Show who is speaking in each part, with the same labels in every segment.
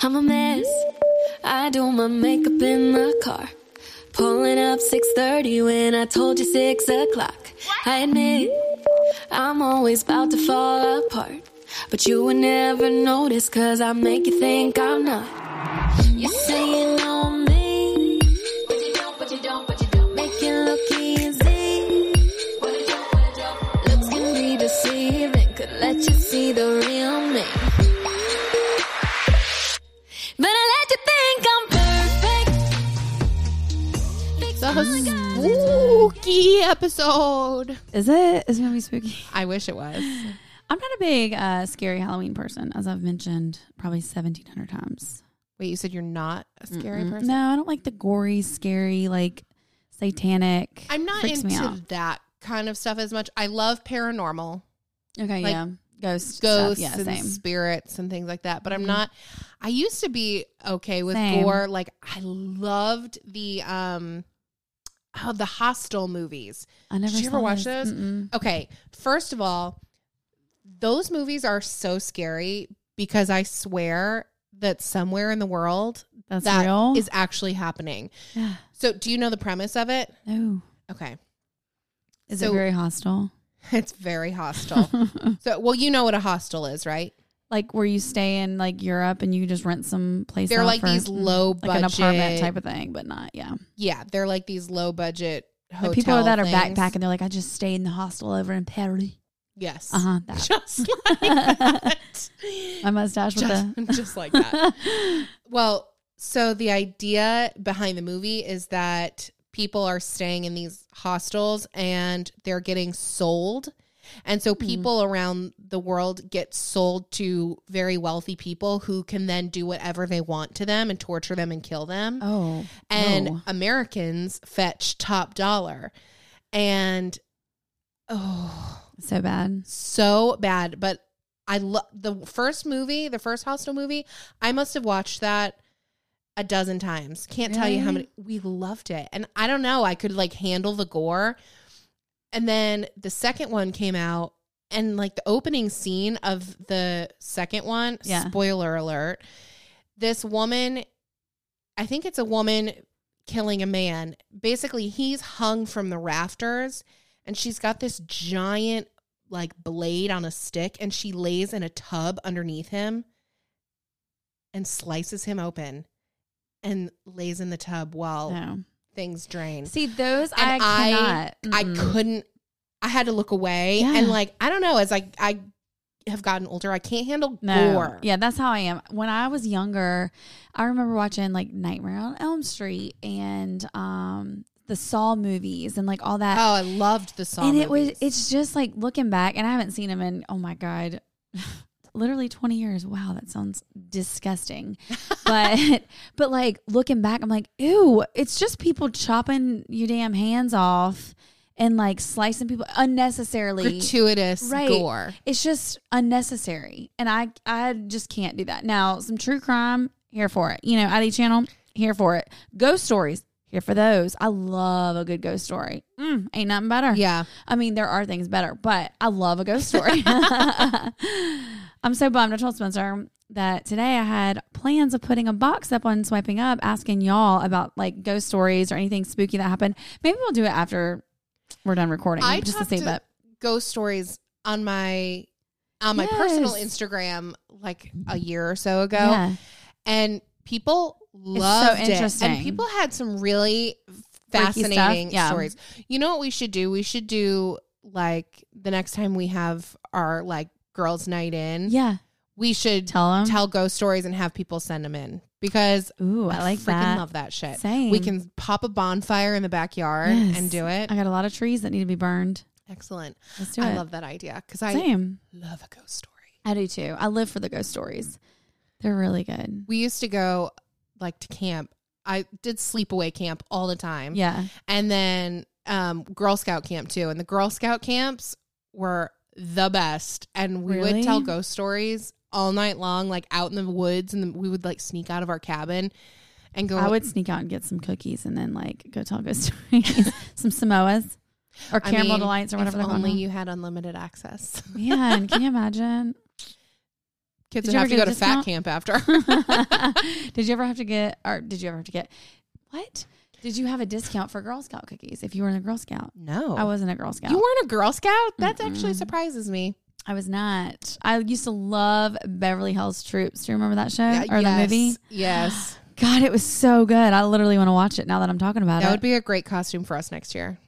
Speaker 1: I'm a mess. I do my makeup in the car. Pulling up 6.30 when I told you 6 o'clock. I admit, I'm always about to fall apart. But you would never notice cause I make you think I'm not. You say you know me. But you don't, but you don't, but you don't. Make it look easy. What a joke, what a joke. Looks can be deceiving. Could let you see the real me. But I let you think I'm perfect.
Speaker 2: Oh It's a spooky episode.
Speaker 3: Is it? Is it gonna be spooky?
Speaker 2: I wish it was.
Speaker 3: I'm not a big uh, scary Halloween person, as I've mentioned probably 1,700 times.
Speaker 2: Wait, you said you're not a scary
Speaker 3: Mm-mm.
Speaker 2: person?
Speaker 3: No, I don't like the gory, scary, like satanic.
Speaker 2: I'm not
Speaker 3: Freaks me out.
Speaker 2: into that kind of stuff as much. I love paranormal,
Speaker 3: Okay,
Speaker 2: like,
Speaker 3: yeah, ghost, stuff.
Speaker 2: ghosts
Speaker 3: Yeah,
Speaker 2: and
Speaker 3: same.
Speaker 2: spirits and things like that, but I'm
Speaker 3: Mhm.
Speaker 2: not I used to be okay with
Speaker 3: Same.
Speaker 2: gore. Like I loved the um oh, the hostile movies.
Speaker 3: I never.
Speaker 2: Did you ever
Speaker 3: saw
Speaker 2: watch those?
Speaker 3: Mm-mm.
Speaker 2: Okay, first of all, those movies are so scary because I swear that somewhere in the world
Speaker 3: That's
Speaker 2: that is
Speaker 3: real.
Speaker 2: actually happening.
Speaker 3: Yeah.
Speaker 2: So, do you know the premise of it?
Speaker 3: no,
Speaker 2: Okay.
Speaker 3: is
Speaker 2: So-
Speaker 3: it very hostile?
Speaker 2: It's very hostile. so, well, you know what a hostel is, right?
Speaker 3: like where you stay in like Europe and you just rent some place.
Speaker 2: They're
Speaker 3: out
Speaker 2: like
Speaker 3: for- mm,
Speaker 2: these low
Speaker 3: like an
Speaker 2: budget
Speaker 3: apartment type of thing, but not yeah.
Speaker 2: Yeah, they're like these low budget hotel
Speaker 3: Like people that are
Speaker 2: things.
Speaker 3: backpacking, they're like, I just stayed in the hostel over in Paris.
Speaker 2: Yes.
Speaker 3: Uh huh. That
Speaker 2: Just like that.
Speaker 3: my mustache with
Speaker 2: just,
Speaker 3: the
Speaker 2: just like that. Well, so the idea behind the movie is that people are staying in these hostels and they're getting sold. And
Speaker 3: Hmm.
Speaker 2: so people around the world get sold to very wealthy people who can then do whatever they want to them and torture them and kill them.
Speaker 3: oh
Speaker 2: and
Speaker 3: no.
Speaker 2: Americans fetch top dollar. And oh,
Speaker 3: so bad.
Speaker 2: so bad. But I love the first movie, the first hostel movie. I must have watched that a dozen times. Can't tell you how
Speaker 3: Really?
Speaker 2: many. We loved it, and I don't know. I could like handle the gore. And then the second one came out, and like the opening scene of the second one.
Speaker 3: Yeah.
Speaker 2: Spoiler alert: This woman, I think it's a woman killing a man. Basically, he's hung from the rafters and she's got this giant like blade on a stick and she lays in a tub underneath him and slices him open and lays in the tub while
Speaker 3: No.
Speaker 2: things drain.
Speaker 3: See those
Speaker 2: Oh. And I-
Speaker 3: I cannot.
Speaker 2: I
Speaker 3: Mm-mm.
Speaker 2: couldn't I had to look away
Speaker 3: Mm-hmm. Yeah.
Speaker 2: and like I don't know as I I have gotten older I can't handle
Speaker 3: No.
Speaker 2: gore.
Speaker 3: Yeah, that's how I am. When I was younger, I remember watching like Nightmare on Elm Street and um the Saw movies and like all
Speaker 2: Oh,
Speaker 3: that.
Speaker 2: I loved the song.
Speaker 3: and it was it's just like looking back and i haven't seen him in oh my god literally 20 years wow that sounds disgusting but but like looking back i'm like ew it's just people chopping your damn hands off and like slicing people unnecessarily
Speaker 2: gratuitous
Speaker 3: Right.
Speaker 2: gore.
Speaker 3: it's just unnecessary and i i just can't do that now some true crime here for it you know id channel here for it ghost stories here for those i love a good ghost story mm, ain't nothing better
Speaker 2: Yeah.
Speaker 3: I mean, there are things better, but I love a ghost story. I'm so bummed. I told Spencer that today I had plans of putting a box up on Swiping Up, asking y'all about like ghost stories or anything spooky that happened. Maybe we'll do it after we're done recording,
Speaker 2: I
Speaker 3: just to
Speaker 2: talked
Speaker 3: save
Speaker 2: to-
Speaker 3: up.
Speaker 2: ghost stories on my on my personal
Speaker 3: Yes.
Speaker 2: Instagram like a year or so ago,
Speaker 3: Yeah,
Speaker 2: and people
Speaker 3: so
Speaker 2: loved it.
Speaker 3: interesting.
Speaker 2: And people had some really
Speaker 3: Freaky stuff,
Speaker 2: fascinating
Speaker 3: yeah.
Speaker 2: stories. You know what we should do? We should do like the next time we have our like girls' night in.
Speaker 3: yeah.
Speaker 2: we should tell,
Speaker 3: Mm-hmm. Tell them.
Speaker 2: ghost stories and have people send them in because.
Speaker 3: Ooh, I like
Speaker 2: freaking
Speaker 3: that.
Speaker 2: love that shit.
Speaker 3: Same.
Speaker 2: We can pop a bonfire in the backyard
Speaker 3: Yes.
Speaker 2: and do it.
Speaker 3: I got a lot of trees that need to be burned.
Speaker 2: Excellent.
Speaker 3: Let's do it.
Speaker 2: I love that idea because I
Speaker 3: Same.
Speaker 2: love a ghost story.
Speaker 3: I do too. I live for the ghost stories. They're really good.
Speaker 2: We used to go like to camp. I did sleepaway camp all the time.
Speaker 3: Yeah.
Speaker 2: And then um Girl Scout camp too. And the Girl Scout camps were the best. And we would
Speaker 3: Really?
Speaker 2: tell ghost stories all night long, like out in the woods, and we would like sneak out of our cabin and go
Speaker 3: I would sneak out and get some cookies and then like go tell ghost stories, some Samoas or
Speaker 2: I
Speaker 3: caramel
Speaker 2: mean,
Speaker 3: delights or whatever
Speaker 2: If
Speaker 3: they're
Speaker 2: only
Speaker 3: called.
Speaker 2: you had unlimited access.
Speaker 3: Man, can you imagine?
Speaker 2: Kids would
Speaker 3: Did you
Speaker 2: have to
Speaker 3: ever
Speaker 2: go
Speaker 3: get
Speaker 2: to
Speaker 3: a
Speaker 2: fat
Speaker 3: discount?
Speaker 2: camp after.
Speaker 3: did you ever have to get, or did you ever have to get, what? Did you have a discount for Girl Scout cookies if you were in a Girl Scout?
Speaker 2: no.
Speaker 3: I wasn't a Girl Scout.
Speaker 2: Oh. You weren't a Girl Scout? That actually
Speaker 3: Mm-mm.
Speaker 2: surprises me.
Speaker 3: I was not. I used to love Beverly Hills Troops. Do you remember that show or the movie?
Speaker 2: Yes.
Speaker 3: God, it was so good. I literally want to watch it now that I'm talking about
Speaker 2: that
Speaker 3: it.
Speaker 2: would be a great costume for us next year.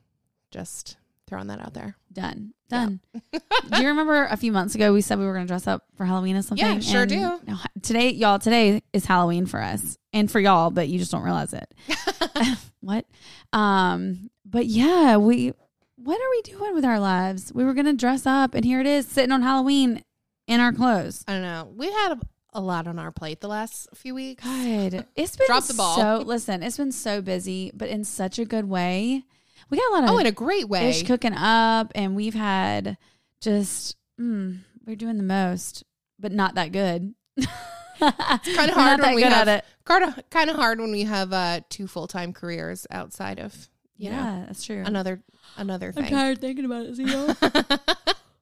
Speaker 2: Just throwing that out there.
Speaker 3: done. Done. do you remember a few months ago we said we were going to dress up for Halloween or something?
Speaker 2: Yeah, sure
Speaker 3: And
Speaker 2: do.
Speaker 3: no, Today, y'all, today is Halloween for us and for y'all, but you just don't realize it. what? Um, but yeah, we what are we doing with our lives? We were going to dress up and here it is sitting on Halloween in our clothes.
Speaker 2: I don't know. We've had a, a lot on our plate the last few weeks.
Speaker 3: God, it's been
Speaker 2: Drop the ball.
Speaker 3: so listen, it's been so busy, but in such a good way. We got a lot of
Speaker 2: Oh, in a great way.
Speaker 3: ish cooking up, and we've had just mm, we're doing the most, but not that good. it's kind
Speaker 2: kinda hard when we have- kind of kind of hard when we have uh, two full time careers outside of you know
Speaker 3: Yeah, that's true.
Speaker 2: another another thing.
Speaker 3: tired thinking about it. See y'all.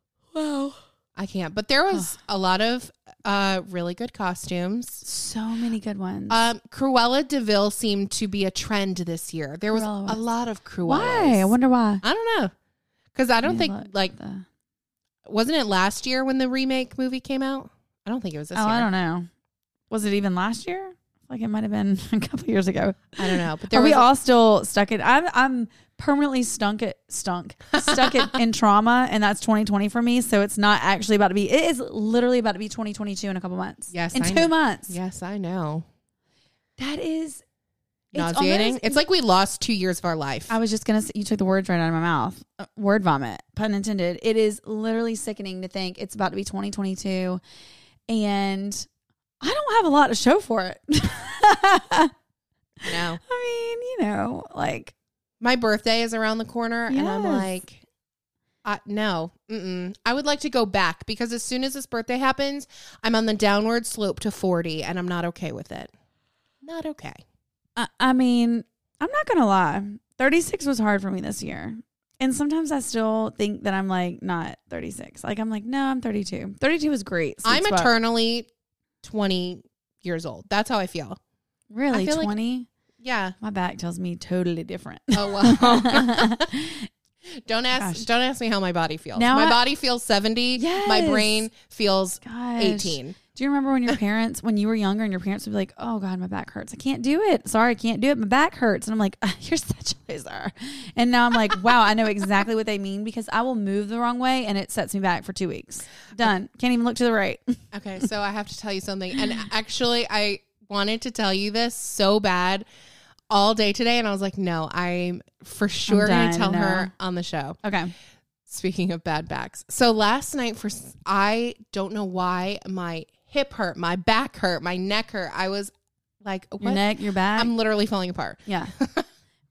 Speaker 3: wow,
Speaker 2: I can't. But there was a lot of uh, really good costumes.
Speaker 3: so many good ones.
Speaker 2: Um, Cruella Deville seemed to be a trend this year. There was
Speaker 3: Cruella
Speaker 2: a
Speaker 3: was.
Speaker 2: lot of Cruellas.
Speaker 3: why? I wonder why.
Speaker 2: I don't know. Because I don't
Speaker 3: mean,
Speaker 2: think,
Speaker 3: look,
Speaker 2: like,
Speaker 3: the- oh,
Speaker 2: wasn't it last year when the remake movie came out? I don't think it was this year.
Speaker 3: Oh, I don't know. Was it even last year? Like it might have been a couple years ago.
Speaker 2: I don't know. But there
Speaker 3: Are
Speaker 2: was
Speaker 3: we all still stuck it? I'm I'm permanently stunk it stunk stuck it in trauma, and that's 2020 for me. So it's not actually about to be. It is literally about to be 2022 in a couple months.
Speaker 2: Yes,
Speaker 3: in
Speaker 2: I
Speaker 3: two
Speaker 2: know.
Speaker 3: months.
Speaker 2: Yes, I know.
Speaker 3: that is
Speaker 2: Nauseating.
Speaker 3: almost-
Speaker 2: it's like we lost two years of our life.
Speaker 3: I was just gonna. say You took the words right out of my mouth. Uh, Word vomit, pun intended. It is literally sickening to think it's about to be 2022, and I don't have a lot to show for it.
Speaker 2: no.
Speaker 3: I mean, you know, like
Speaker 2: My birthday is around the corner, and I'm
Speaker 3: Yes.
Speaker 2: like, uh, no, mm-mm. I would like to go back because as soon as this birthday happens, I'm on the downward slope to 40, and I'm not okay with it. Not okay.
Speaker 3: I, I mean, I'm not gonna lie. 36 was hard for me this year. And sometimes I still think that I'm like not 36. Like I'm like, no, I'm 32. 32 was great. sweet
Speaker 2: I'm
Speaker 3: spot.
Speaker 2: eternally 20 years old. That's how I feel. I
Speaker 3: Really,
Speaker 2: feel like-
Speaker 3: 20?
Speaker 2: Yeah.
Speaker 3: My back tells me totally different.
Speaker 2: Oh well. don't ask.
Speaker 3: Gosh.
Speaker 2: Don't ask me how my body feels.
Speaker 3: Now
Speaker 2: my
Speaker 3: I-
Speaker 2: body feels 70. My
Speaker 3: Yes.
Speaker 2: brain feels
Speaker 3: Gosh.
Speaker 2: 18.
Speaker 3: Do you remember when your parents, when you were younger, and your parents would be like, "Oh God, my back hurts. I can't do it. Sorry, I can't do it. My back hurts." And I'm like, "Ah, "You're such a loser." And now I'm like, "Wow, I know exactly what they mean because I will move the wrong way and it sets me back for two weeks. Done. Can't even look to the right."
Speaker 2: Okay, so I have to tell you something. And actually, I wanted to tell you this so bad all day today, and I was like, no, I'm for sure going
Speaker 3: dying
Speaker 2: to
Speaker 3: to
Speaker 2: tell her
Speaker 3: know.
Speaker 2: on the show.
Speaker 3: Okay.
Speaker 2: Speaking of bad backs, so last night for s- I don't know why my hip hurt, my back hurt, my neck hurt. I was like, what?
Speaker 3: Your neck, your back.
Speaker 2: I'm literally falling apart,
Speaker 3: yeah.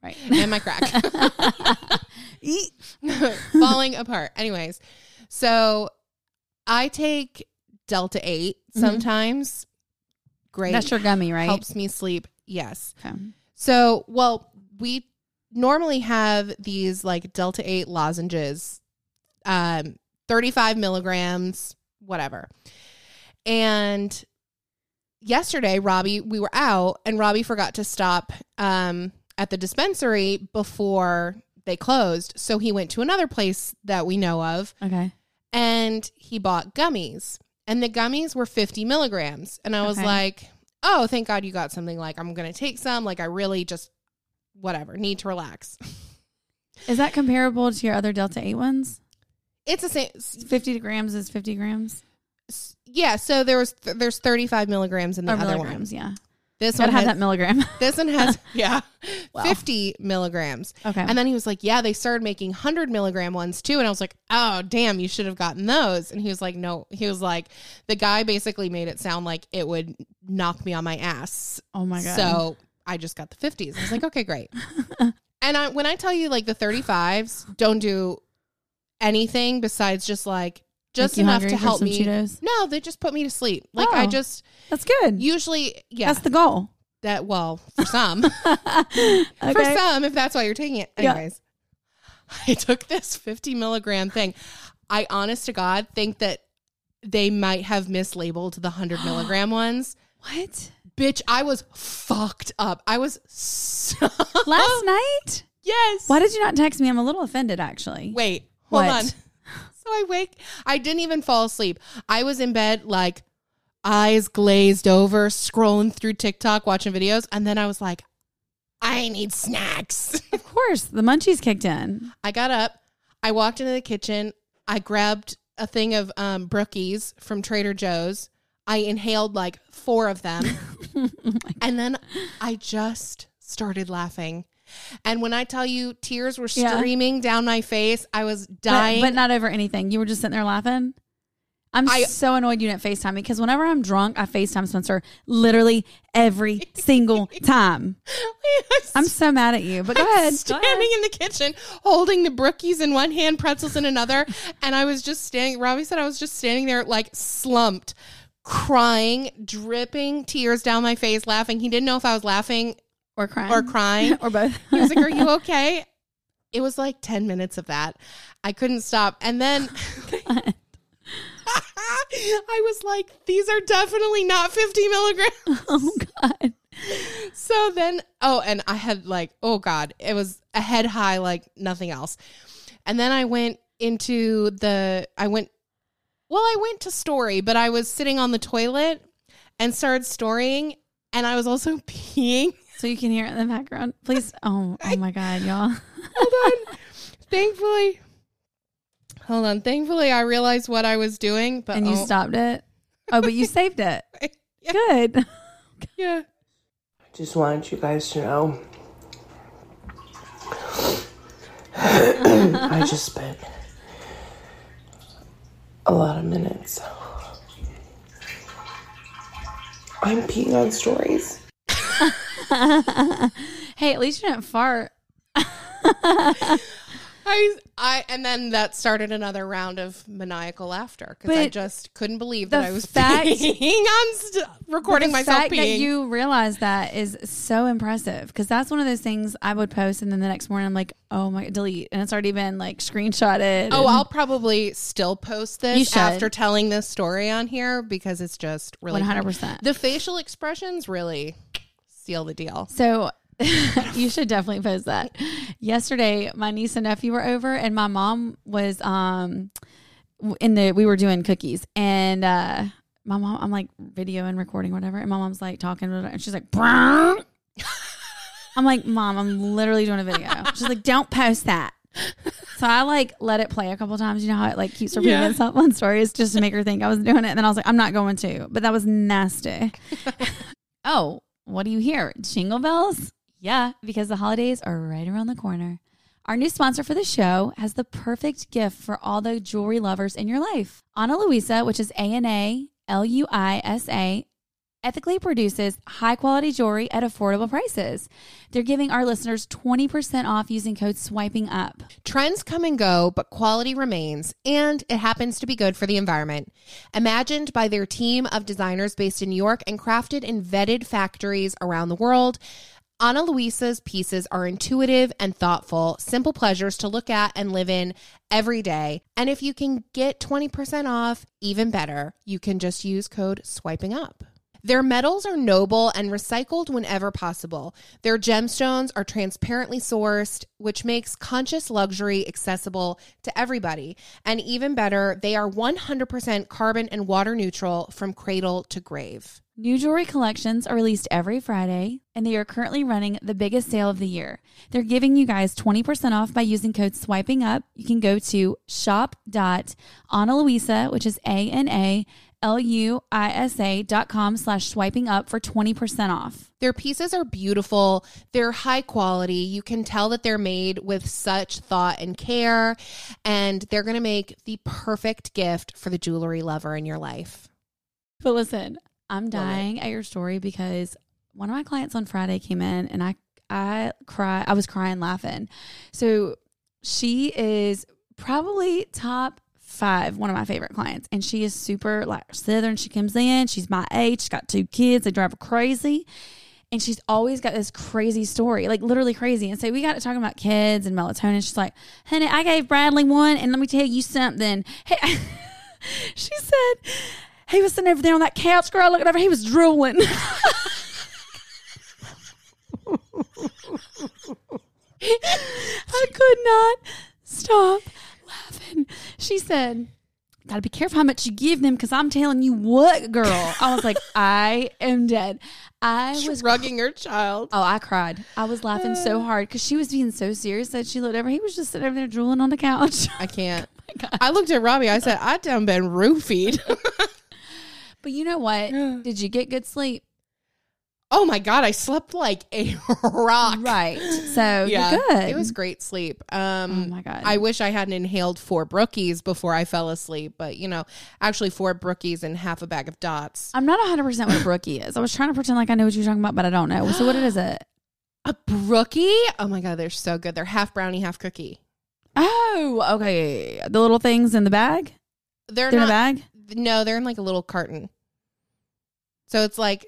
Speaker 3: right.
Speaker 2: and my crack.
Speaker 3: Eat.
Speaker 2: falling apart. Anyways, so I take Delta 8
Speaker 3: Mhm.
Speaker 2: sometimes. Great.
Speaker 3: That's your gummy, right?
Speaker 2: Helps me sleep. Yes.
Speaker 3: Okay.
Speaker 2: So, well, we normally have these like Delta 8 lozenges, um, 35 milligrams, whatever. And yesterday, Robbie, we were out and Robbie forgot to stop um, at the dispensary before they closed. So he went to another place that we know of
Speaker 3: Okay.
Speaker 2: and he bought gummies. And the gummies were 50 milligrams. And I was
Speaker 3: Okay.
Speaker 2: like, oh, thank God you got something. Like, I'm going to take some. Like, I really just, whatever, need to relax.
Speaker 3: Is that comparable to your other Delta 8 ones?
Speaker 2: It's the same.
Speaker 3: 50 grams is 50 grams?
Speaker 2: Yeah. So there was, there's 35 milligrams in the
Speaker 3: Or
Speaker 2: other one.
Speaker 3: milligrams, yeah.
Speaker 2: This one
Speaker 3: Gotta have
Speaker 2: has,
Speaker 3: that milligram.
Speaker 2: this one has, yeah,
Speaker 3: Wow.
Speaker 2: 50 milligrams.
Speaker 3: okay.
Speaker 2: And then he was like, yeah, they started making 100 milligram ones too. And I was like, oh, damn, you should have gotten those. And he was like, no. He was like, the guy basically made it sound like it would knock me on my ass.
Speaker 3: oh my God.
Speaker 2: So I just got the 50s. I was like, okay, great. and I, when I tell you like the 35s don't do anything besides just like, just
Speaker 3: Make you
Speaker 2: enough
Speaker 3: hungry
Speaker 2: to
Speaker 3: for
Speaker 2: help
Speaker 3: some
Speaker 2: me.
Speaker 3: Cheetos?
Speaker 2: No, they just put me to sleep. Like I
Speaker 3: Oh.
Speaker 2: just
Speaker 3: That's good.
Speaker 2: usually, yeah,
Speaker 3: That's the goal.
Speaker 2: that, well, for some,
Speaker 3: okay.
Speaker 2: for some, if that's why you're taking it.
Speaker 3: Yeah.
Speaker 2: Anyways, I took this 50 milligram thing. I honest to God think that they might have mislabeled the 100 milligram ones.
Speaker 3: What?
Speaker 2: Bitch, I was fucked up. I was so. Oh.
Speaker 3: Last night?
Speaker 2: yes.
Speaker 3: Why did you not text me? I'm a little offended actually.
Speaker 2: Wait, hold
Speaker 3: What?
Speaker 2: on. So I wake. I didn't even fall asleep. I was in bed, like eyes glazed over, scrolling through TikTok, watching videos, and then I was like, I need snacks.
Speaker 3: Of course, the munchies kicked in.
Speaker 2: I got up. I walked into the kitchen. I grabbed a thing of um, brookies from Trader Joe's. I inhaled like four of them, and then I just started laughing. And when I tell you tears were
Speaker 3: Yeah.
Speaker 2: streaming down my face, I was
Speaker 3: But,
Speaker 2: dying.
Speaker 3: but not over anything. You were just sitting there laughing. I'm
Speaker 2: I-
Speaker 3: so annoyed you didn't FaceTime me because whenever I'm drunk, I FaceTime Spencer literally every single time. I'm so mad at you. But go ahead. Go ahead.
Speaker 2: standing in the kitchen holding the brookies in one hand, pretzels in another. and I was just standing, Robbie said I was just standing there like slumped, crying, dripping tears down my face, laughing. He didn't know if I was laughing
Speaker 3: Or crying.
Speaker 2: or crying.
Speaker 3: or both.
Speaker 2: He was like, Are you okay? It was like 10 minutes of that. I couldn't stop. And then I was like, These are definitely not 50 milligrams.
Speaker 3: oh God.
Speaker 2: So then, oh, and I had like, oh God, it was a head high like nothing else. And then I went into the, I went, well, I went to story, but I was sitting on the toilet and started storying. And I was also peeing.
Speaker 3: So you can hear it in the background. Please. Oh, oh my God, y'all.
Speaker 2: Hold on. Thankfully, hold on. Thankfully, I realized what I was doing, but
Speaker 3: And you
Speaker 2: oh,
Speaker 3: stopped it. Oh, but you saved it.
Speaker 2: Yeah.
Speaker 3: Good.
Speaker 2: Yeah.
Speaker 4: Just wanted you guys to know. I just spent a lot of minutes. I'm peeing on stories.
Speaker 3: Hey, at least you didn't fart.
Speaker 2: I, I, and then that started another round of maniacal laughter because I
Speaker 3: But
Speaker 2: just couldn't believe
Speaker 3: the
Speaker 2: that I was
Speaker 3: fact-
Speaker 2: peeing on st- recording
Speaker 3: the
Speaker 2: myself
Speaker 3: fact
Speaker 2: peeing.
Speaker 3: that you realize that is so impressive because that's one of those things I would post and then the next morning I'm like, oh my, delete, and it's already been like screenshotted.
Speaker 2: oh,
Speaker 3: and-
Speaker 2: I'll probably still post
Speaker 3: You
Speaker 2: this
Speaker 3: should.
Speaker 2: after telling this story on here because it's just really funny.
Speaker 3: 100%.
Speaker 2: The facial expressions really seal the deal.
Speaker 3: So you should definitely post that. Yesterday, my niece and nephew were over, and my mom was um w- in the we were doing cookies, and uh my mom, I'm like video and recording whatever, and my mom's like talking, and she's like. "Brrr." I'm like, mom, I'm literally doing a video. She's like, don't post that. So I like let it play a couple times. You know how it like keeps repeating
Speaker 2: Yeah.
Speaker 3: itself on stories just to make her think I was doing it. And then I was like, I'm not going to. But that was nasty. oh, what do you hear? Jingle bells? Yeah, because the holidays are right around the corner. Our new sponsor for the show has the perfect gift for all the jewelry lovers in your life. Ana Luisa, which is A N A L U I S A, ethically produces high quality jewelry at affordable prices. They're giving our listeners 20% off using code swiping up.
Speaker 2: Trends come and go, but quality remains, and it happens to be good for the environment. Imagined by their team of designers based in New York and crafted in vetted factories around the world, Ana Luisa's pieces are intuitive and thoughtful, simple pleasures to look at and live in every day. And if you can get 20% off, even better, you can just use code swiping up. Their metals are noble and recycled whenever possible. Their gemstones are transparently sourced, which makes conscious luxury accessible to everybody. And even better, they are 100% carbon and water neutral from cradle to grave.
Speaker 3: New jewelry collections are released every Friday, and they are currently running the biggest sale of the year. They're giving you guys 20% off by using code swiping up. You can go to shop.analuisa, which is A N A L U I S A dot com slash swiping up for 20% off.
Speaker 2: Their pieces are beautiful. They're high quality. You can tell that they're made with such thought and care, and they're going to make the perfect gift for the jewelry lover in your life.
Speaker 3: But listen, I'm
Speaker 2: Love it.
Speaker 3: dying at your story because one of my clients on Friday came in and I I cry I was crying laughing. So she is probably top five, one of my favorite clients. And she is super like southern. She comes in, she's my age, she's got two kids, they drive her crazy. And she's always got this crazy story, like literally crazy. And so we got to talking about kids and melatonin. She's like, honey, I gave Bradley one, and let me tell you something. Hey, she said he was sitting over there on that couch, girl, looking over. He was drooling. I could not stop laughing. She said, Gotta be careful how much you give them because I'm telling you what, girl. I was like, I am dead. I was
Speaker 2: Drugging her child.
Speaker 3: Oh, I cried. I was laughing so hard because she was being so serious that she looked over. He was just sitting over there drooling on the couch.
Speaker 2: I can't.
Speaker 3: Oh God.
Speaker 2: I looked at Robbie. I said, I done been roofied.
Speaker 3: But you know what? Did you get good sleep?
Speaker 2: oh my God. I slept like a rock.
Speaker 3: Right. So
Speaker 2: Yeah.
Speaker 3: you're good.
Speaker 2: It was great sleep. Um,
Speaker 3: Oh my God.
Speaker 2: I wish I hadn't inhaled four brookies before I fell asleep, but you know, actually four brookies and half a bag of dots.
Speaker 3: I'm not 100% what a brookie is. I was trying to pretend like I know what you're talking about, but I don't know. So what is it?
Speaker 2: A brookie? Oh my God. They're so good. They're half brownie, half cookie.
Speaker 3: Oh, okay. The little things in the bag?
Speaker 2: They're,
Speaker 3: They're
Speaker 2: not
Speaker 3: in a bag?
Speaker 2: No, they're in like a little carton. So it's like,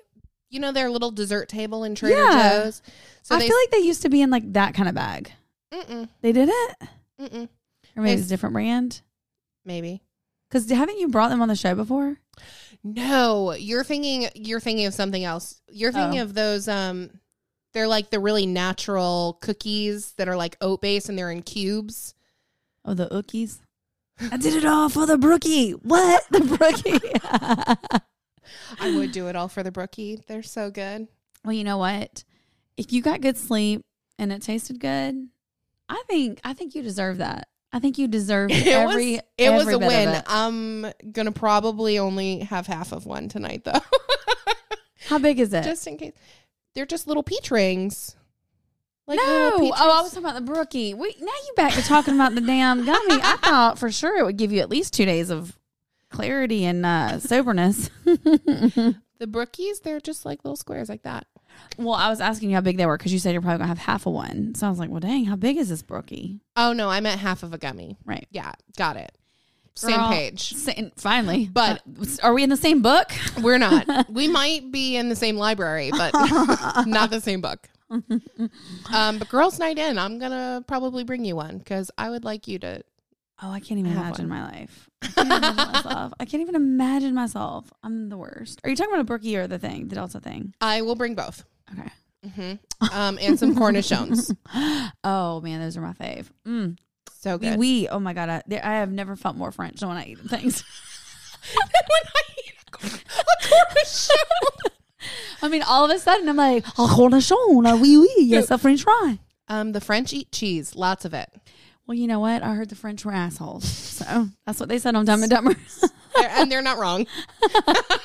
Speaker 2: you know, their little dessert table in Trader
Speaker 3: Yeah.
Speaker 2: Joe's. So
Speaker 3: I
Speaker 2: they,
Speaker 3: feel like they used to be in like that kind of bag.
Speaker 2: mm-mm,
Speaker 3: They didn't?
Speaker 2: mm-mm,
Speaker 3: Or maybe
Speaker 2: They-
Speaker 3: it's a different brand?
Speaker 2: maybe.
Speaker 3: Because haven't you brought them on the show before?
Speaker 2: No, you're thinking you're thinking of something else. You're thinking
Speaker 3: Oh.
Speaker 2: of those. Um, they're like the really natural cookies that are like oat based and they're in cubes.
Speaker 3: Oh, the ookies. I did it all for the brookie. What? The brookie.
Speaker 2: I would do it all for the brookie. They're so good.
Speaker 3: Well, you know what? If you got good sleep and it tasted good, I think I think you deserve that. I think you deserve
Speaker 2: It
Speaker 3: every
Speaker 2: was it was
Speaker 3: every
Speaker 2: a
Speaker 3: bit of
Speaker 2: win.
Speaker 3: it.
Speaker 2: I'm gonna probably only have half of one tonight though,
Speaker 3: How big is it?
Speaker 2: just in case. They're just little peach rings. Like
Speaker 3: no.
Speaker 2: peach
Speaker 3: Oh, I
Speaker 2: rings.
Speaker 3: was talking about the brookie. We now you back to talking about the damn gummy. I thought for sure it would give you at least two days of clarity and uh, soberness.
Speaker 2: the brookies. They're just like little squares like that.
Speaker 3: well, I was asking you how big they were because you said you're probably gonna have half of one. So I was like, well, dang, how big is this brookie?
Speaker 2: Oh no, I meant half of a gummy.
Speaker 3: Right.
Speaker 2: Yeah, got it. Same
Speaker 3: Girl,
Speaker 2: page.
Speaker 3: sa- finally,
Speaker 2: But-
Speaker 3: Uh, are we in the same book?
Speaker 2: We're not. we might be in the same library, but not the same book. Um, but girls' night in, I'm gonna probably bring you one because I would like you to.
Speaker 3: Oh, I can't even
Speaker 2: I have
Speaker 3: imagine my life. I can't imagine myself. I can't even imagine myself. I'm the worst. Are you talking about a brookie or the thing, the Delta thing?
Speaker 2: I will bring both.
Speaker 3: Okay.
Speaker 2: hmm Um, and some cornichons.
Speaker 3: Oh man, those are my fave. Mm.
Speaker 2: So
Speaker 3: We,
Speaker 2: good.
Speaker 3: we- oh my god, I, there, I have never felt more French than when I eat them things.
Speaker 2: when I eat a, corn- a cornichon.
Speaker 3: I mean, all of a sudden, I'm like, a cornichon, a oui oui, yes, a French fry.
Speaker 2: um, the French eat cheese, lots of it.
Speaker 3: Well, you know what? I heard the French were assholes, so that's what they said on Dumb and Dumber.
Speaker 2: They're- and they're not wrong.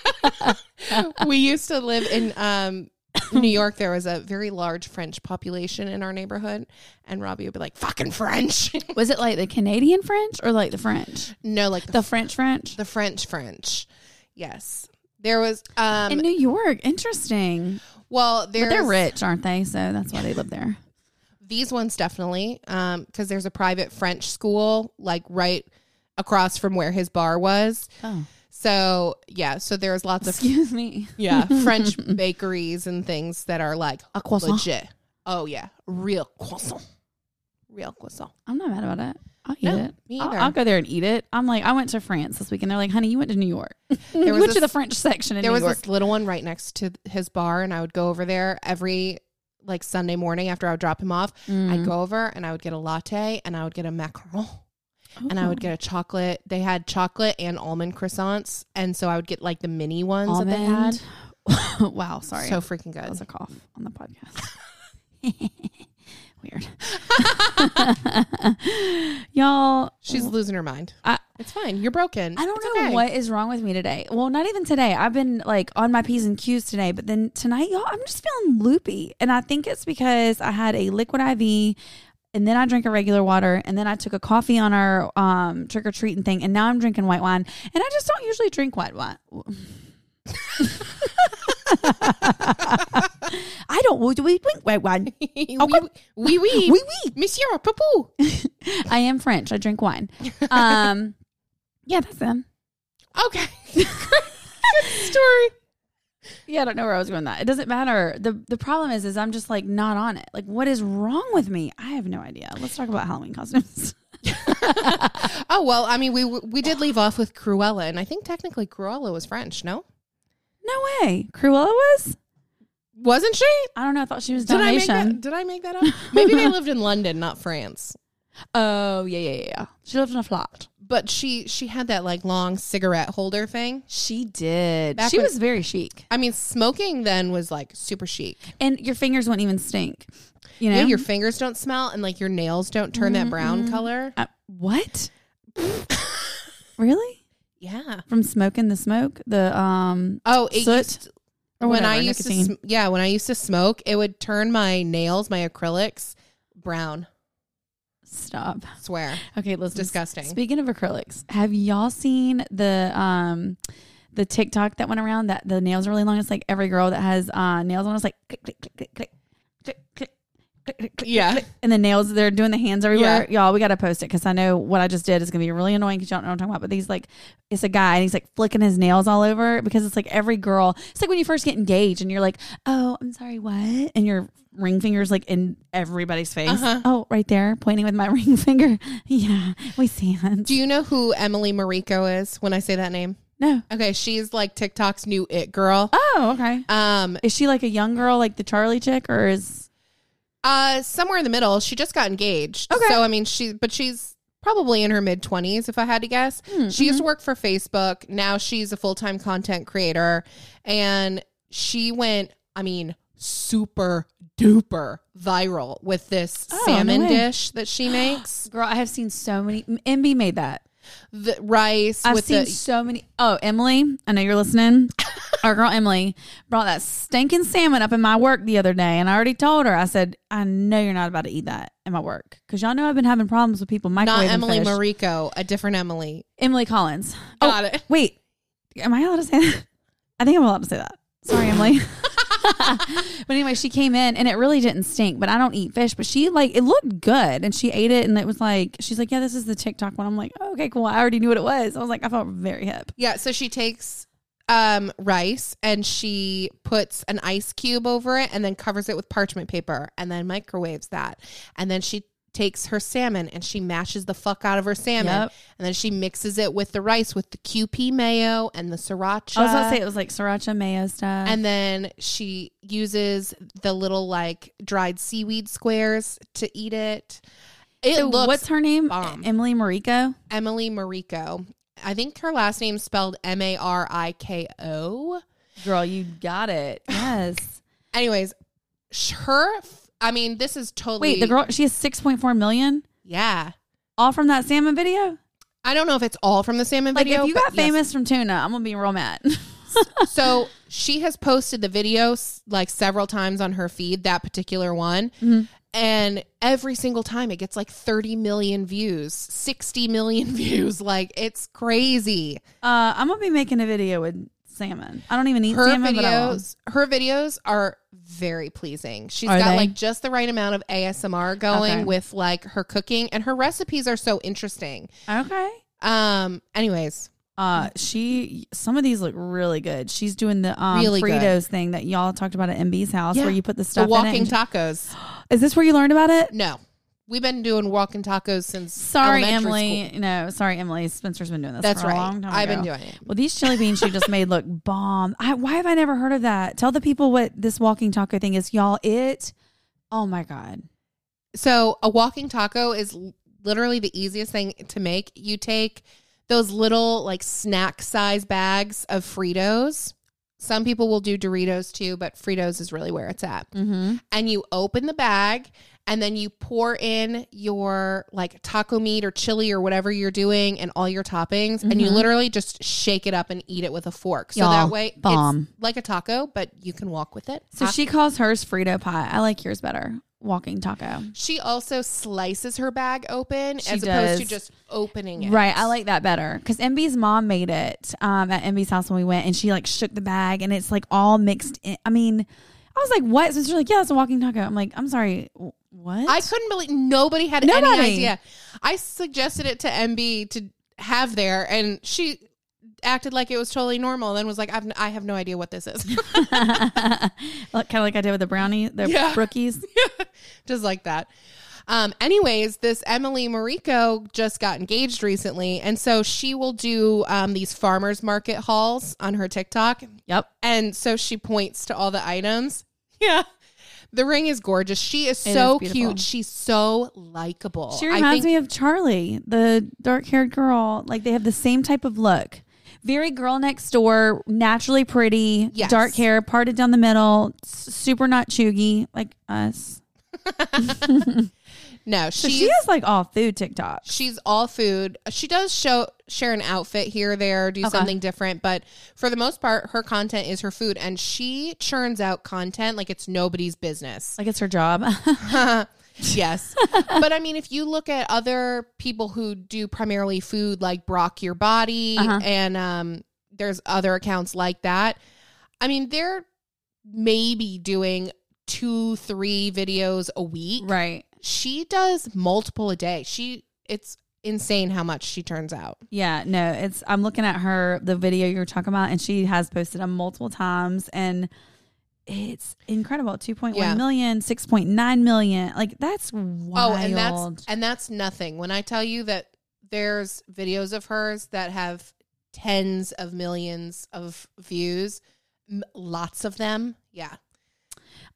Speaker 2: we used to live in um, New York. There was a very large French population in our neighborhood, and Robbie would be like, "Fucking French."
Speaker 3: Was it like the Canadian French or like the French,
Speaker 2: no, like the,
Speaker 3: the French French
Speaker 2: the French French. Yes, there was.
Speaker 3: in
Speaker 2: Um,
Speaker 3: New York? Interesting.
Speaker 2: well,
Speaker 3: But they're
Speaker 2: there's
Speaker 3: rich, aren't they? So that's why they live there.
Speaker 2: these ones definitely because there's a private French school like right across from where his bar was.
Speaker 3: Oh.
Speaker 2: So yeah, so there's lots of
Speaker 3: Excuse me.
Speaker 2: yeah French bakeries and things that are like
Speaker 3: A croissant.
Speaker 2: legit. Oh yeah, real croissant, real croissant.
Speaker 3: I'm not mad about it. I'll eat
Speaker 2: No,
Speaker 3: it.
Speaker 2: me
Speaker 3: I'll,
Speaker 2: either.
Speaker 3: I'll go there and eat it. I'm like, I went to France this week, and they're like, honey, you went to New York. you
Speaker 2: was
Speaker 3: went to
Speaker 2: this-
Speaker 3: the French section in
Speaker 2: There
Speaker 3: New
Speaker 2: was
Speaker 3: York.
Speaker 2: this little one right next to his bar, and I would go over there every like Sunday morning after I would drop him off.
Speaker 3: Mm.
Speaker 2: I'd go over and I would get a latte and I would get a macaron and
Speaker 3: Oh.
Speaker 2: I would get a chocolate. They had chocolate and almond croissants, and so I would get like the mini ones that they had.
Speaker 3: almond. wow, sorry.
Speaker 2: So freaking
Speaker 3: that was a
Speaker 2: good.
Speaker 3: cough on the podcast. Weird. Y'all,
Speaker 2: She's losing her mind.
Speaker 3: I-
Speaker 2: it's fine. You're broken.
Speaker 3: I don't
Speaker 2: It's
Speaker 3: know
Speaker 2: okay.
Speaker 3: what is wrong with me today. Well, not even today. I've been like on my P's and Q's today, but then tonight, y'all, I'm just feeling loopy. And I think it's because I had a liquid IV and then I drank a regular water and then I took a coffee on our um, trick or treating thing. And now I'm drinking white wine. And I just don't usually drink white wine. I don't we we drink white wine.
Speaker 2: we, we, we,
Speaker 3: Oui, oui.
Speaker 2: Monsieur Papou.
Speaker 3: I am French. I drink wine. Um, yeah, that's them.
Speaker 2: Okay. Good story.
Speaker 3: Yeah, I don't know where I was going with that. It doesn't matter. The the problem is is I'm just like not on it. Like what is wrong with me? I have no idea. Let's talk about Halloween costumes.
Speaker 2: oh well, I mean, we we did leave off with Cruella, and I think technically Cruella was French. No,
Speaker 3: No way. Cruella was?
Speaker 2: wasn't she?
Speaker 3: I don't know. I thought she was
Speaker 2: Did I make
Speaker 3: Dalmatian.
Speaker 2: that? Did I make that up? Maybe they lived in London, not France.
Speaker 3: Oh, yeah, yeah, yeah, yeah. She lived in a flat.
Speaker 2: But she she had that like long cigarette holder thing.
Speaker 3: She did.
Speaker 2: Back
Speaker 3: she
Speaker 2: when-
Speaker 3: was very chic.
Speaker 2: I mean, smoking then was like super chic.
Speaker 3: And your fingers wouldn't even stink. You know?
Speaker 2: Yeah, your fingers don't smell, and like your nails don't turn that brown color.
Speaker 3: Uh, what? really?
Speaker 2: Yeah.
Speaker 3: From smoking the smoke? The, um,
Speaker 2: Oh, it
Speaker 3: Soot
Speaker 2: used,
Speaker 3: or
Speaker 2: when
Speaker 3: whatever,
Speaker 2: I used to
Speaker 3: nicotine.
Speaker 2: sm- yeah, when I used to smoke, it would turn my nails, my acrylics brown.
Speaker 3: Stop.
Speaker 2: Swear.
Speaker 3: Okay, let's
Speaker 2: Disgusting.
Speaker 3: Speaking of acrylics, have y'all seen the um the TikTok that went around that the nails are really long? It's like every girl that has uh, nails on it's like click click click click click click click. click, click, click,
Speaker 2: Yeah.
Speaker 3: click. and the nails they're doing the hands everywhere. Y'all, we gotta post it because I know what I just did is gonna be really annoying because y'all don't know what I'm talking about. But these like, it's a guy and he's like flicking his nails all over because it's like every girl. It's like when you first get engaged and you're like, oh, I'm sorry, what? And your ring finger's like in everybody's face. Oh, right there, pointing with my ring finger. Yeah, we see it.
Speaker 2: Do you know who Emily Mariko is when I say that name?
Speaker 3: No.
Speaker 2: Okay, she's like TikTok's new it girl.
Speaker 3: Oh, okay.
Speaker 2: Um,
Speaker 3: Is she like a young girl, like the Charlie chick, or is
Speaker 2: uh, somewhere in the middle, she just got engaged.
Speaker 3: Okay.
Speaker 2: So I mean, she but she's probably in her mid twenties, if I had to guess.
Speaker 3: Hmm,
Speaker 2: She
Speaker 3: mm-hmm.
Speaker 2: used to work for Facebook. Now she's a full time content creator, and she went. I mean, super duper viral with this
Speaker 3: Oh, no
Speaker 2: salmon
Speaker 3: way.
Speaker 2: dish that she makes.
Speaker 3: girl? I have seen so many. MB made that.
Speaker 2: The rice
Speaker 3: I've
Speaker 2: with
Speaker 3: seen
Speaker 2: the
Speaker 3: so many. Oh, Emily, I know you're listening. Our girl Emily brought that stinking salmon up in my work the other day, and I already told her. I said, "I know you're not about to eat that in my work because y'all know I've been having problems with people microwaving
Speaker 2: not Emily Oh.
Speaker 3: fish." Oh,
Speaker 2: Mariko, a different Emily.
Speaker 3: Emily Collins. Uh,
Speaker 2: Got it.
Speaker 3: Wait, am I allowed to say that? I think I'm allowed to say that. Sorry, Emily. but anyway, she came in and it really didn't stink, but I don't eat fish, but she like it looked good and she ate it and it was like she's like, "Yeah, this is the TikTok one." I'm like, "Okay, cool. I already knew what it was." I was like, I felt very hip.
Speaker 2: Yeah, so she takes um rice and she puts an ice cube over it and then covers it with parchment paper and then microwaves that. And then she takes her salmon and she mashes the fuck out of her salmon
Speaker 3: Yep.
Speaker 2: and then she mixes it with the rice with the QP mayo and the sriracha.
Speaker 3: I was about to say uh, it was like sriracha mayo stuff.
Speaker 2: Uh, and then she uses the little like dried seaweed squares to eat it. It
Speaker 3: So
Speaker 2: looks
Speaker 3: what's her name?
Speaker 2: bomb.
Speaker 3: Emily Mariko.
Speaker 2: Emily Mariko. I think her last name's spelled M A R I K O.
Speaker 3: Girl, you got it. Yes.
Speaker 2: Anyways, sh- her. f- I mean, this is totally.
Speaker 3: Wait, the girl she has 6.4 million
Speaker 2: Yeah.
Speaker 3: all from that salmon video?
Speaker 2: I don't know if it's all from the salmon
Speaker 3: Like
Speaker 2: video.
Speaker 3: if you
Speaker 2: but
Speaker 3: got
Speaker 2: yes.
Speaker 3: famous from tuna, I'm going to be real mad.
Speaker 2: so she has posted the videos like several times on her feed. That particular one,
Speaker 3: Mm-hmm.
Speaker 2: and every single time it gets like thirty million views, sixty million views. Like it's crazy.
Speaker 3: Uh, I'm gonna be making a video with salmon. I don't even eat
Speaker 2: her
Speaker 3: salmon, but I will.
Speaker 2: videos her videos are very pleasing She's
Speaker 3: Are
Speaker 2: got
Speaker 3: they?
Speaker 2: like just the right amount of asmr going
Speaker 3: Okay.
Speaker 2: with like her cooking and her recipes are so interesting
Speaker 3: Okay.
Speaker 2: um anyways
Speaker 3: Uh, she some of these look really good. She's doing the um,
Speaker 2: Really good.
Speaker 3: Fritos thing that y'all talked about at MB's house,
Speaker 2: Yeah.
Speaker 3: where you put the
Speaker 2: the
Speaker 3: stuff in it.
Speaker 2: walking
Speaker 3: and-
Speaker 2: tacos
Speaker 3: Is this where you learned about it?
Speaker 2: no we've been doing walking tacos since
Speaker 3: Sorry,
Speaker 2: elementary
Speaker 3: Emily.
Speaker 2: school.
Speaker 3: No, sorry, Emily. Spencer's been doing this.
Speaker 2: that's
Speaker 3: for
Speaker 2: right
Speaker 3: A long time
Speaker 2: i've been
Speaker 3: ago.
Speaker 2: doing it
Speaker 3: Well, these chili beans she just made look bomb. I, why have I never heard of that? Tell the people what this walking taco thing is, y'all. It. Oh my god.
Speaker 2: so a walking taco is l- literally the easiest thing to make you take those little like snack size bags of fritos some people will do doritos too but fritos is really where it's at
Speaker 3: Mm-hmm.
Speaker 2: and you open the bag and then you pour in your like taco meat or chili or whatever you're doing and all your toppings and you
Speaker 3: Mhm.
Speaker 2: literally just shake it up and eat it with a fork so
Speaker 3: Y'all,
Speaker 2: that way
Speaker 3: bomb.
Speaker 2: it's like a taco but you can walk with it
Speaker 3: So
Speaker 2: Ha-
Speaker 3: she calls hers Frito pie. I like yours better. Walking taco.
Speaker 2: she also slices her bag open
Speaker 3: She
Speaker 2: as opposed to
Speaker 3: does.
Speaker 2: just opening it
Speaker 3: Right. I like that better because MB's mom made it um, at MB's house when we went and she like shook the bag and it's like all mixed in. I mean, I was like, what? So she's like, yeah, it's a walking taco. I'm like, I'm sorry. wh- What?
Speaker 2: i couldn't believe nobody had
Speaker 3: Nobody.
Speaker 2: any idea i suggested it to mb to have there and she acted like it was totally normal then was like I've, i have no idea what this is
Speaker 3: kind of like I did with the brownie, the
Speaker 2: Yeah.
Speaker 3: brookies.
Speaker 2: just like that. Um, anyways, this Emily Mariko just got engaged recently, and so she will do um, these farmers market hauls on her TikTok,
Speaker 3: Yep.
Speaker 2: and so she points to all the items. Yeah. The ring is gorgeous. She is
Speaker 3: It
Speaker 2: so
Speaker 3: is beautiful.
Speaker 2: cute. She's so likable.
Speaker 3: She
Speaker 2: I
Speaker 3: reminds
Speaker 2: think-
Speaker 3: me of Charlie, the dark haired girl. Like they have the same type of look. Very girl next door, naturally pretty,
Speaker 2: Yes.
Speaker 3: dark hair, parted down the middle, s- super not chuggy like us.
Speaker 2: No,
Speaker 3: So
Speaker 2: she's,
Speaker 3: she is like all food TikTok.
Speaker 2: she's all food. She does show share an outfit here or there, do
Speaker 3: Okay.
Speaker 2: something different, but for the most part, her content is her food, and she churns out content like it's nobody's business.
Speaker 3: Like it's her job.
Speaker 2: yes, but I mean, if you look at other people who do primarily food, like Brock Your Body,
Speaker 3: Uh-huh.
Speaker 2: and um, there's other accounts like that. I mean, they're maybe doing two, three videos a week.
Speaker 3: right.
Speaker 2: She does multiple a day. She it's insane how much she turns out.
Speaker 3: Yeah, no, it's I'm looking at her the video you were talking about and she has posted them multiple times and it's incredible. 2.1
Speaker 2: Yeah.
Speaker 3: million, 6.9 million. Like that's wild.
Speaker 2: Oh, and that's and that's nothing. When I tell you that there's videos of hers that have tens of millions of views, m- lots of them. Yeah.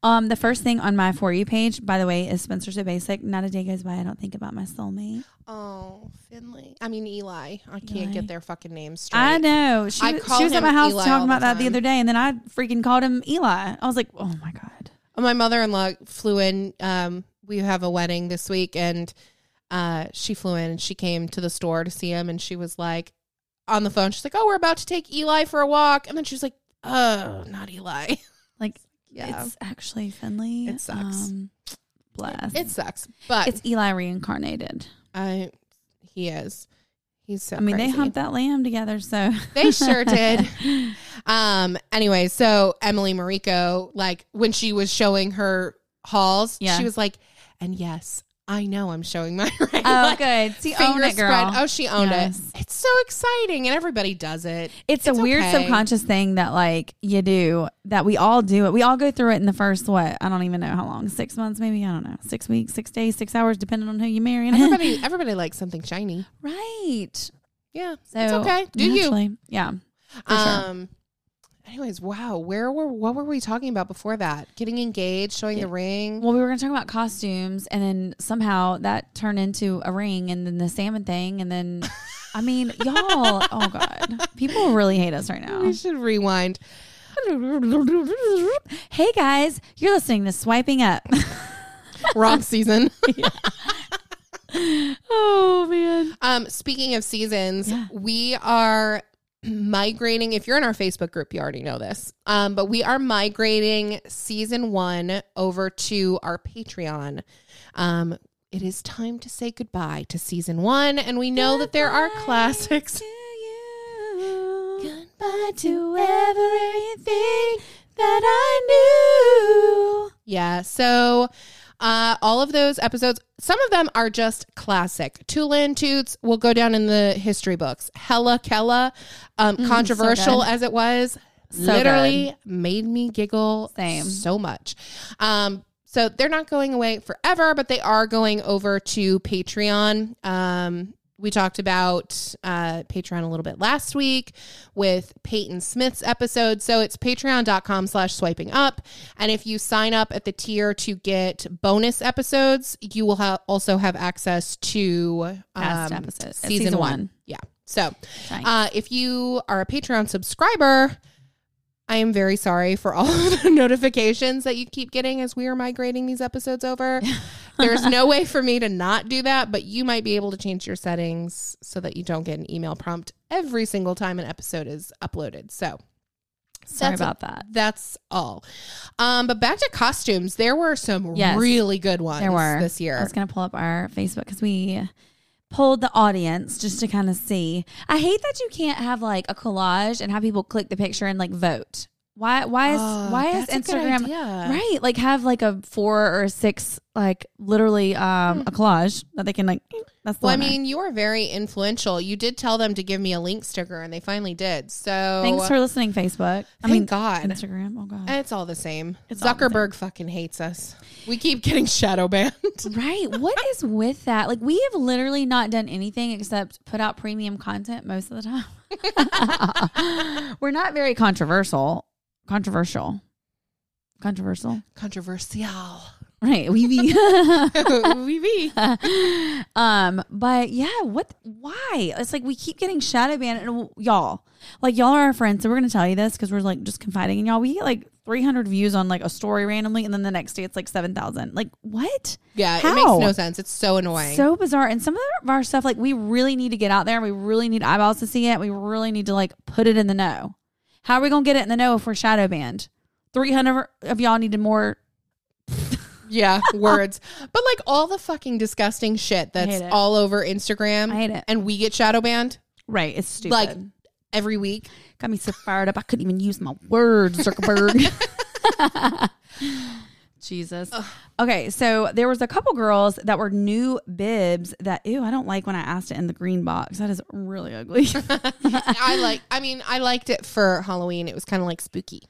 Speaker 3: Um, the first thing on my for you page, by the way, is Spencer So Basic. Not a day goes by I don't think about my soulmate.
Speaker 2: Oh, Finley. I mean Eli. I can't
Speaker 3: Eli.
Speaker 2: get their fucking names straight.
Speaker 3: I know she,
Speaker 2: I
Speaker 3: was-
Speaker 2: call
Speaker 3: she was at
Speaker 2: him
Speaker 3: my house
Speaker 2: Eli all
Speaker 3: talking
Speaker 2: the
Speaker 3: about that the
Speaker 2: time.
Speaker 3: other day, and then I freaking called him Eli. I was like, oh my god,
Speaker 2: My mother-in-law flew in. Um, we have a wedding this week, and uh, she flew in and she came to the store to see him, and she was like, on the phone, she's like, "Oh, we're about to take Eli for a walk," and then she's like, "Oh, not Eli."
Speaker 3: like
Speaker 2: Yeah,
Speaker 3: it's actually Finley. Um,
Speaker 2: It sucks.
Speaker 3: bless.
Speaker 2: it sucks, but
Speaker 3: it's Eli reincarnated.
Speaker 2: I he is. He's so
Speaker 3: I mean,
Speaker 2: crazy.
Speaker 3: they humped that lamb together, so
Speaker 2: They sure did. Um anyway, so Emily Mariko, like when she was showing her hauls,
Speaker 3: Yeah.
Speaker 2: she was like, and yes, I know I'm showing my right.
Speaker 3: oh,
Speaker 2: like,
Speaker 3: good. See, own
Speaker 2: finger
Speaker 3: it, girl.
Speaker 2: spread. Oh, she owned
Speaker 3: Yes.
Speaker 2: it. It's so exciting and everybody does it.
Speaker 3: it's, a weird
Speaker 2: okay.
Speaker 3: subconscious thing that like you do that we all do it. We all go through it in the first what I don't even know how long six months maybe I don't know six weeks six days six hours depending on who you marry.
Speaker 2: Everybody everybody likes something shiny.
Speaker 3: right?
Speaker 2: Yeah.
Speaker 3: So
Speaker 2: it's okay. Do you?
Speaker 3: naturally, Yeah. for sure.
Speaker 2: Um anyways, wow, where were what were we talking about before that? Getting engaged, showing the ring.
Speaker 3: Well, we were going to talk about costumes, and then somehow that turned into a ring, and then the salmon thing, and then I mean, y'all, oh god, people really hate us right now.
Speaker 2: we should rewind.
Speaker 3: Hey guys, you're listening to Swiping Up.
Speaker 2: Wrong season.
Speaker 3: oh man.
Speaker 2: Um, speaking of seasons,
Speaker 3: Yeah.
Speaker 2: we are migrating. If you're in our Facebook group, you already know this. Um, but we are migrating season one over to our Patreon. Um, it is time to say goodbye to season one, and we know that there are classics.
Speaker 3: Goodbye to everything that I knew.
Speaker 2: Yeah. So uh, all of those episodes, some of them are just classic. Tulin Toots will go down in the history books. Hella Kella, um, controversial
Speaker 3: Mm, good.
Speaker 2: as it was,
Speaker 3: So
Speaker 2: literally made me giggle
Speaker 3: Same.
Speaker 2: so much. Um, so they're not going away forever, but they are going over to Patreon. Um, we talked about uh, Patreon a little bit last week with Peyton Smith's episode. So it's patreon.com slash swiping up. And if you sign up at the tier to get bonus episodes, you will ha- also have access to
Speaker 3: Past
Speaker 2: um,
Speaker 3: episodes.
Speaker 2: season,
Speaker 3: Season
Speaker 2: one.
Speaker 3: one.
Speaker 2: Yeah. So
Speaker 3: Nice.
Speaker 2: uh, if you are a Patreon subscriber, I am very sorry for all of the notifications that you keep getting as we are migrating these episodes over. There's no way for me to not do that, but you might be able to change your settings so that you don't get an email prompt every single time an episode is uploaded. So
Speaker 3: Sorry
Speaker 2: that's-
Speaker 3: about that.
Speaker 2: that's all. Um, but back to costumes, there were some
Speaker 3: Yes.
Speaker 2: really good ones
Speaker 3: There were
Speaker 2: Uh, this year.
Speaker 3: I was gonna pull up our Facebook because we polled the audience just to kind of see. I hate that you can't have like a collage and have people click the picture and like vote. Why why is
Speaker 2: Oh,
Speaker 3: why is
Speaker 2: that's a good
Speaker 3: Instagram
Speaker 2: idea.
Speaker 3: right? Like have like a four or a six like literally um a collage that they can like that's the
Speaker 2: Well, I
Speaker 3: one there.
Speaker 2: mean, you are very influential. You did tell them to give me a link sticker, and they finally did. So
Speaker 3: Thanks for listening, Facebook. I
Speaker 2: Thank
Speaker 3: mean
Speaker 2: God.
Speaker 3: Instagram. Oh god.
Speaker 2: It's all the same.
Speaker 3: It's all the
Speaker 2: Zuckerberg fucking hates us. We keep getting shadow banned.
Speaker 3: Right. What is with that? Like we have literally not done anything except put out premium content most of the time. We're not very controversial. Controversial. Controversial.
Speaker 2: Controversial.
Speaker 3: Right. We be
Speaker 2: we be.
Speaker 3: um, but yeah, what why? It's like we keep getting shadow banned and y'all. Like y'all are our friends, so we're gonna tell you this because we're like just confiding in y'all. We get like three hundred views on like a story randomly, and then the next day it's like seven thousand. Like what?
Speaker 2: Yeah, it
Speaker 3: How?
Speaker 2: makes no sense. It's so annoying.
Speaker 3: So bizarre. And some of our stuff, like we really need to get out there. We really need eyeballs to see it. We really need to like put it in the know. How are we gonna get it in the know if we're shadow banned? Three hundred of y'all needed more.
Speaker 2: yeah, words. But like all the fucking disgusting shit
Speaker 3: hate
Speaker 2: that's
Speaker 3: it.
Speaker 2: all over Instagram.
Speaker 3: I hate it.
Speaker 2: And we get shadow banned
Speaker 3: Right. It's stupid.
Speaker 2: like every week.
Speaker 3: Got me so fired up. I couldn't even use my words, Zuckerberg. Jesus. Okay, so there was a couple girls that were new bibs that ew, I don't like when I asked it in the green box. That is really ugly.
Speaker 2: I like I mean, I liked it for Halloween. It was kind of like spooky.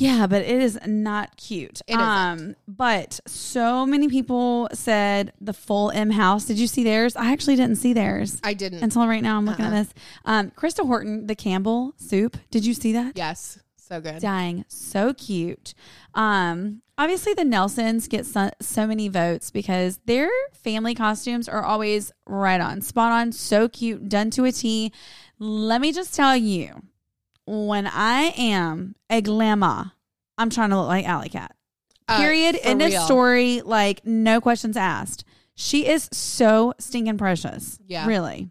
Speaker 3: yeah, but it is not cute. Um,
Speaker 2: It isn't.
Speaker 3: but so many people said the full M house. Did you see theirs? I actually didn't see theirs.
Speaker 2: I Uh-uh. didn't.
Speaker 3: Until right now I'm looking at this. Um Krista Horton, the Campbell soup. Did you see that?
Speaker 2: yes. So good.
Speaker 3: dying so cute um obviously the nelsons get so, so many votes because their family costumes are always right on spot on so cute done to a t let me just tell you when i am a glamour i'm trying to look like alley cat
Speaker 2: Uh,
Speaker 3: period
Speaker 2: for
Speaker 3: end
Speaker 2: real.
Speaker 3: of story like no questions asked she is so stinking precious
Speaker 2: Yeah.
Speaker 3: really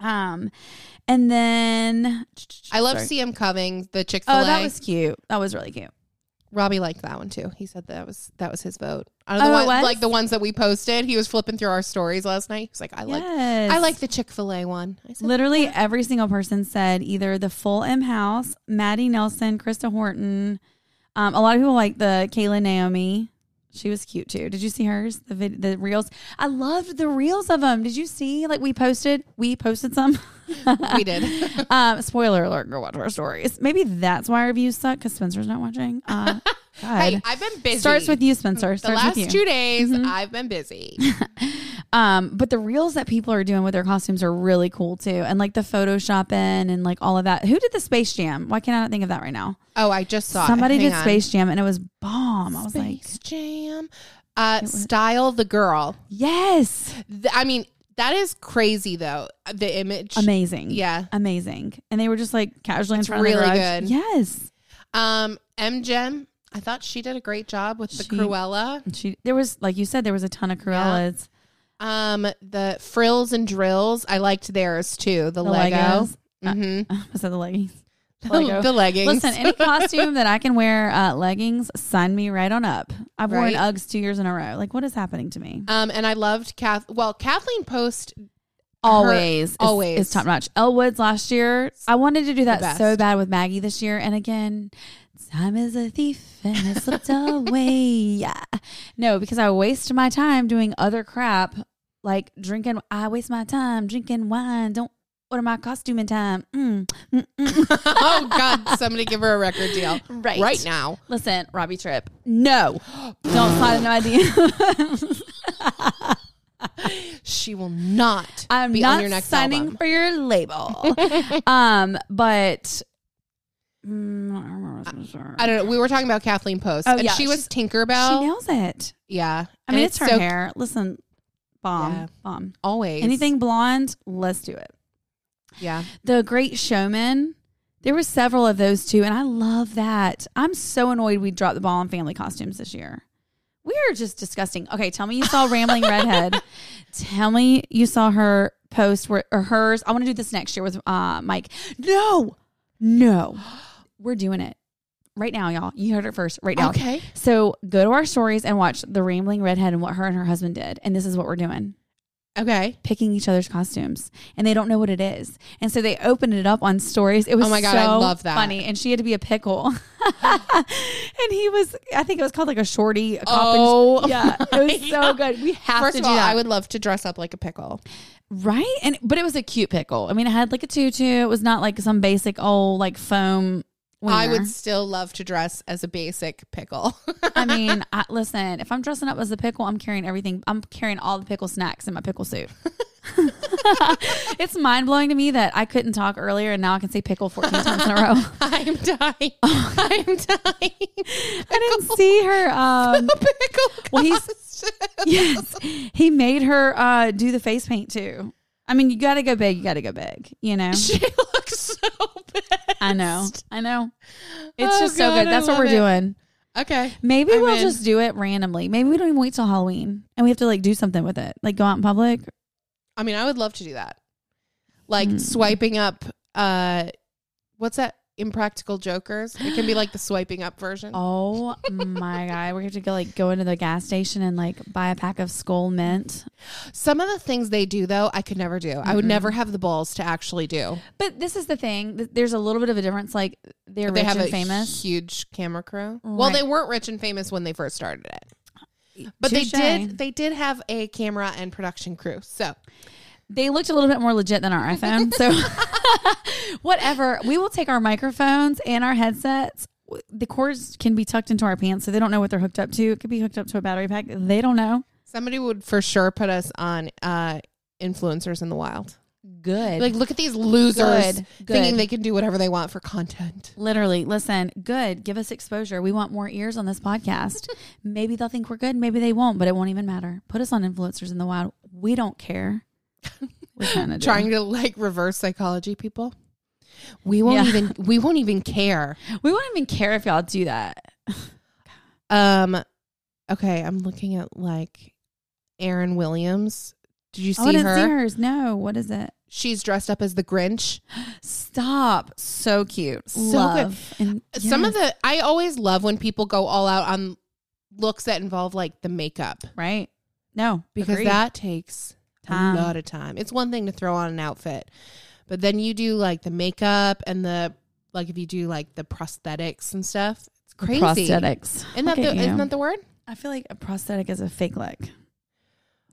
Speaker 3: um and then
Speaker 2: I love
Speaker 3: Sorry.
Speaker 2: CM Covings, the Chick Fil A.
Speaker 3: oh that was cute that was really cute
Speaker 2: Robbie liked that one too. He said that was that was his vote. I
Speaker 3: Oh,
Speaker 2: don't know what
Speaker 3: it was?
Speaker 2: like the ones that we posted. He was flipping through our stories last night. He's like, I like
Speaker 3: Yes.
Speaker 2: I like the Chick Fil A one. I said,
Speaker 3: Literally every single person said either the full M House, Maddie Nelson, Krista Horton. Um, a lot of people like the Kayla Naomi. She was cute too. Did you see hers? The vid- the reels. I loved the reels of them. Did you see? Like we posted, we posted some.
Speaker 2: we did.
Speaker 3: um, spoiler alert: Go watch our stories. Maybe that's why our views suck because Spencer's not watching. Uh, God.
Speaker 2: hey, I've been busy.
Speaker 3: Starts with you, Spencer.
Speaker 2: The
Speaker 3: Starts
Speaker 2: last
Speaker 3: with you. Mm-hmm.
Speaker 2: two days, I've been busy.
Speaker 3: Um, but the reels that people are doing with their costumes are really cool too, and like the photoshopping and like all of that. Who did the Space Jam? Why can't I not think of that right now?
Speaker 2: Oh, I just saw it.
Speaker 3: Somebody
Speaker 2: Hang
Speaker 3: did
Speaker 2: on.
Speaker 3: Space Jam, and it was bomb. I was like,
Speaker 2: Space Jam. Uh, Style the girl.
Speaker 3: yes,
Speaker 2: Th- I mean, that is crazy though. The image.
Speaker 3: amazing,
Speaker 2: Yeah.
Speaker 3: amazing. And they were just like casually in
Speaker 2: It's
Speaker 3: front of
Speaker 2: really
Speaker 3: the garage.
Speaker 2: good.
Speaker 3: Yes,
Speaker 2: Um, M Gem. I thought she did a great job with the
Speaker 3: She-
Speaker 2: Cruella.
Speaker 3: and she there was like you said there was a ton of Cruellas,
Speaker 2: Um, the frills and drills. I liked theirs too. The,
Speaker 3: the
Speaker 2: Lego.
Speaker 3: Legos.
Speaker 2: hmm
Speaker 3: I said the leggings. Lego.
Speaker 2: The, leggings.
Speaker 3: Listen, any costume that I can wear uh, leggings, sign me right on up. I've worn
Speaker 2: Right.
Speaker 3: Uggs two years in a row. Like, what is happening to me?
Speaker 2: um, and I loved Kath. Well, Kathleen Post.
Speaker 3: always is-
Speaker 2: always.
Speaker 3: is top notch. Elwood's last year, I wanted to do that
Speaker 2: best.
Speaker 3: so bad with Maggie this year, and again, time is a thief and it slipped away. Yeah. No, because I waste my time doing other crap like drinking. I waste my time drinking wine. Don't order my costume in time. Mm, mm, mm.
Speaker 2: oh God! Somebody give her a record deal
Speaker 3: Right.
Speaker 2: right now.
Speaker 3: Listen, Robbie Tripp. No, don't slide into my DMs.
Speaker 2: She will not.
Speaker 3: I'm
Speaker 2: be
Speaker 3: not
Speaker 2: on your next
Speaker 3: signing
Speaker 2: album.
Speaker 3: for your label. um, but mm, I don't remember what I was gonna say.
Speaker 2: I don't know. We were talking about Kathleen Post,
Speaker 3: Oh,
Speaker 2: and
Speaker 3: yeah,
Speaker 2: she was
Speaker 3: she
Speaker 2: Tinkerbell.
Speaker 3: nails it.
Speaker 2: yeah,
Speaker 3: I
Speaker 2: Oh. And
Speaker 3: mean, it's, her
Speaker 2: so-
Speaker 3: hair. Listen, bomb,
Speaker 2: Yeah.
Speaker 3: bomb.
Speaker 2: Always
Speaker 3: Anything blonde, let's do it.
Speaker 2: Yeah,
Speaker 3: The Great Showman. There were several of those too, and I love that. I'm so annoyed we dropped the ball on family costumes this year. We are just disgusting. Okay, tell me you saw Rambling Redhead. Tell me you saw her post where, or hers. I want to do this next year with uh, Mike. No, no, we're doing it right now, y'all. You heard it first, right now.
Speaker 2: Okay.
Speaker 3: So go to our stories and watch the Rambling Redhead and what her and her husband did, and this is what we're doing.
Speaker 2: Okay.
Speaker 3: picking each other's costumes and they don't know what it is. And so they opened it up on stories. It was
Speaker 2: Oh my God, I
Speaker 3: so
Speaker 2: love that.
Speaker 3: funny. And she had to be a pickle. and he was I think it was called like a shorty, a cop and-
Speaker 2: Oh
Speaker 3: yeah. It was so good. We have
Speaker 2: First
Speaker 3: to
Speaker 2: of
Speaker 3: do
Speaker 2: all,
Speaker 3: that.
Speaker 2: I would love to dress up like a pickle.
Speaker 3: right? And but it was a cute pickle. I mean it had like a tutu. It was not like some basic old like foam
Speaker 2: I
Speaker 3: wiener.
Speaker 2: would still love to dress as a basic pickle.
Speaker 3: I mean, I, listen, if I'm dressing up as a pickle, I'm carrying everything. I'm carrying all the pickle snacks in my pickle suit. it's mind blowing to me that I couldn't talk earlier and now I can say pickle 14 times in a row.
Speaker 2: I'm dying. I'm dying.
Speaker 3: I didn't see her. Um,
Speaker 2: pickle.
Speaker 3: well, he's,
Speaker 2: costume.
Speaker 3: yes, he made her uh, do the face paint too. I mean, you got to go big. You got to go big, you know?
Speaker 2: She looks so bad.
Speaker 3: I know. I know. It's
Speaker 2: Oh,
Speaker 3: just so
Speaker 2: God,
Speaker 3: good.
Speaker 2: I
Speaker 3: That's what
Speaker 2: love
Speaker 3: we're
Speaker 2: it.
Speaker 3: doing.
Speaker 2: Okay.
Speaker 3: Maybe
Speaker 2: I'm
Speaker 3: we'll
Speaker 2: in.
Speaker 3: just do it randomly. Maybe we don't even wait till Halloween and we have to like do something with it, like go out in public.
Speaker 2: I mean, I would love to do that. Like
Speaker 3: Hmm.
Speaker 2: swiping up uh what's that? Impractical jokers. It can be like the swiping up version.
Speaker 3: Oh my god, we have to go like go into the gas station and like buy a pack of Skull Mint.
Speaker 2: Some of the things they do though, I could never do. I would never have the balls to actually do.
Speaker 3: But this is the thing. th- There's a little bit of a difference. Like they're
Speaker 2: they
Speaker 3: rich
Speaker 2: have
Speaker 3: and
Speaker 2: a
Speaker 3: famous.
Speaker 2: huge camera crew. Well,
Speaker 3: Right.
Speaker 2: they weren't rich and famous when they first started it. But
Speaker 3: Touche.
Speaker 2: they did they did have a camera and production crew. So
Speaker 3: They looked a little bit more legit than our iPhone. So whatever, we will take our microphones and our headsets. W- The cords can be tucked into our pants, so they don't know what they're hooked up to. It could be hooked up to a battery pack. They don't know.
Speaker 2: somebody would for sure put us on uh influencers in the wild.
Speaker 3: Good.
Speaker 2: Like look at these losers
Speaker 3: Good, good.
Speaker 2: thinking they can do whatever they want for content.
Speaker 3: Literally, listen, good. Give us exposure. We want more ears on this podcast. maybe they'll think we're good, maybe they won't, but it won't even matter. Put us on influencers in the wild. We don't care. We kind of
Speaker 2: trying to like reverse psychology people. We won't
Speaker 3: Yeah.
Speaker 2: even we won't even care.
Speaker 3: We won't even care if y'all do that.
Speaker 2: Um okay, I'm looking at like Aaron Williams. Did you
Speaker 3: I
Speaker 2: see
Speaker 3: wouldn't
Speaker 2: her?
Speaker 3: see hers. No, what is it?
Speaker 2: She's dressed up as the Grinch.
Speaker 3: Stop. So cute. So
Speaker 2: good.
Speaker 3: good. And
Speaker 2: Some of
Speaker 3: yes,
Speaker 2: the I always love when people go all out on looks that involve like the makeup
Speaker 3: right. No,
Speaker 2: because
Speaker 3: agreed.
Speaker 2: that takes
Speaker 3: Time.
Speaker 2: a lot of time. It's one thing to throw on an outfit, but then you do like the makeup and the like if you do like the prosthetics and stuff. It's crazy.
Speaker 3: prosthetics.
Speaker 2: Isn't that,
Speaker 3: Look
Speaker 2: the,
Speaker 3: at you.
Speaker 2: isn't that the word?
Speaker 3: I feel like a prosthetic is a fake leg.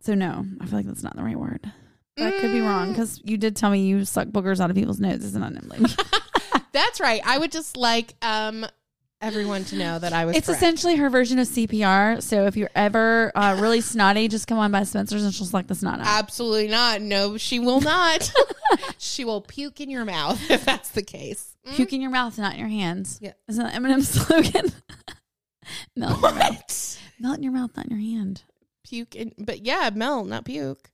Speaker 3: So no, I feel like that's not the right word. But I could be wrong
Speaker 2: Mm.
Speaker 3: because you did tell me you suck boogers out of people's noses, and I didn't believe you.
Speaker 2: That's right. I would just like um everyone to know that I was.
Speaker 3: It's
Speaker 2: correct.
Speaker 3: essentially her version of CPR. So if you're ever uh, really snotty, just come on by Spencer's and she'll suck the snot out.
Speaker 2: Absolutely not. No, she will not. she will puke in your mouth if that's the case.
Speaker 3: Puke in your mouth, not in your hands.
Speaker 2: Mm-hmm. Yeah.
Speaker 3: Isn't that Eminem's slogan? melt, in your mouth. melt in your mouth, not in your hand.
Speaker 2: Puke in, but yeah, Mel, not puke.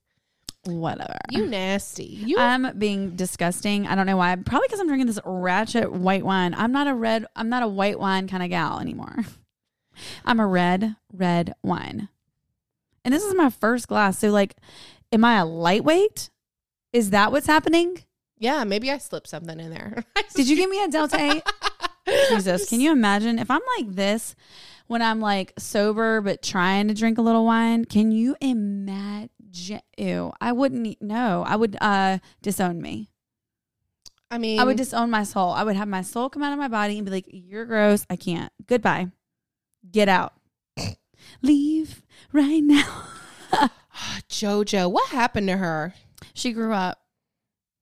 Speaker 3: Whatever.
Speaker 2: You nasty. You.
Speaker 3: I'm being disgusting. I don't know why. Probably because I'm drinking this ratchet white wine. I'm not a red. I'm not a white wine kind of gal anymore. I'm a red, red wine, and this is my first glass. So, like, am I a lightweight? Is that what's happening?
Speaker 2: yeah, maybe I slipped something in there.
Speaker 3: Did you give me a delta eight? Jesus, can you imagine if I'm like this when I'm like sober but trying to drink a little wine? Can you imagine? Ew, I wouldn't. e- No, I would uh disown me.
Speaker 2: I mean,
Speaker 3: I would disown my soul. I would have my soul come out of my body and be like, "You're gross. I can't. Goodbye. Get out. Leave right now."
Speaker 2: JoJo. What happened to her?
Speaker 3: she grew up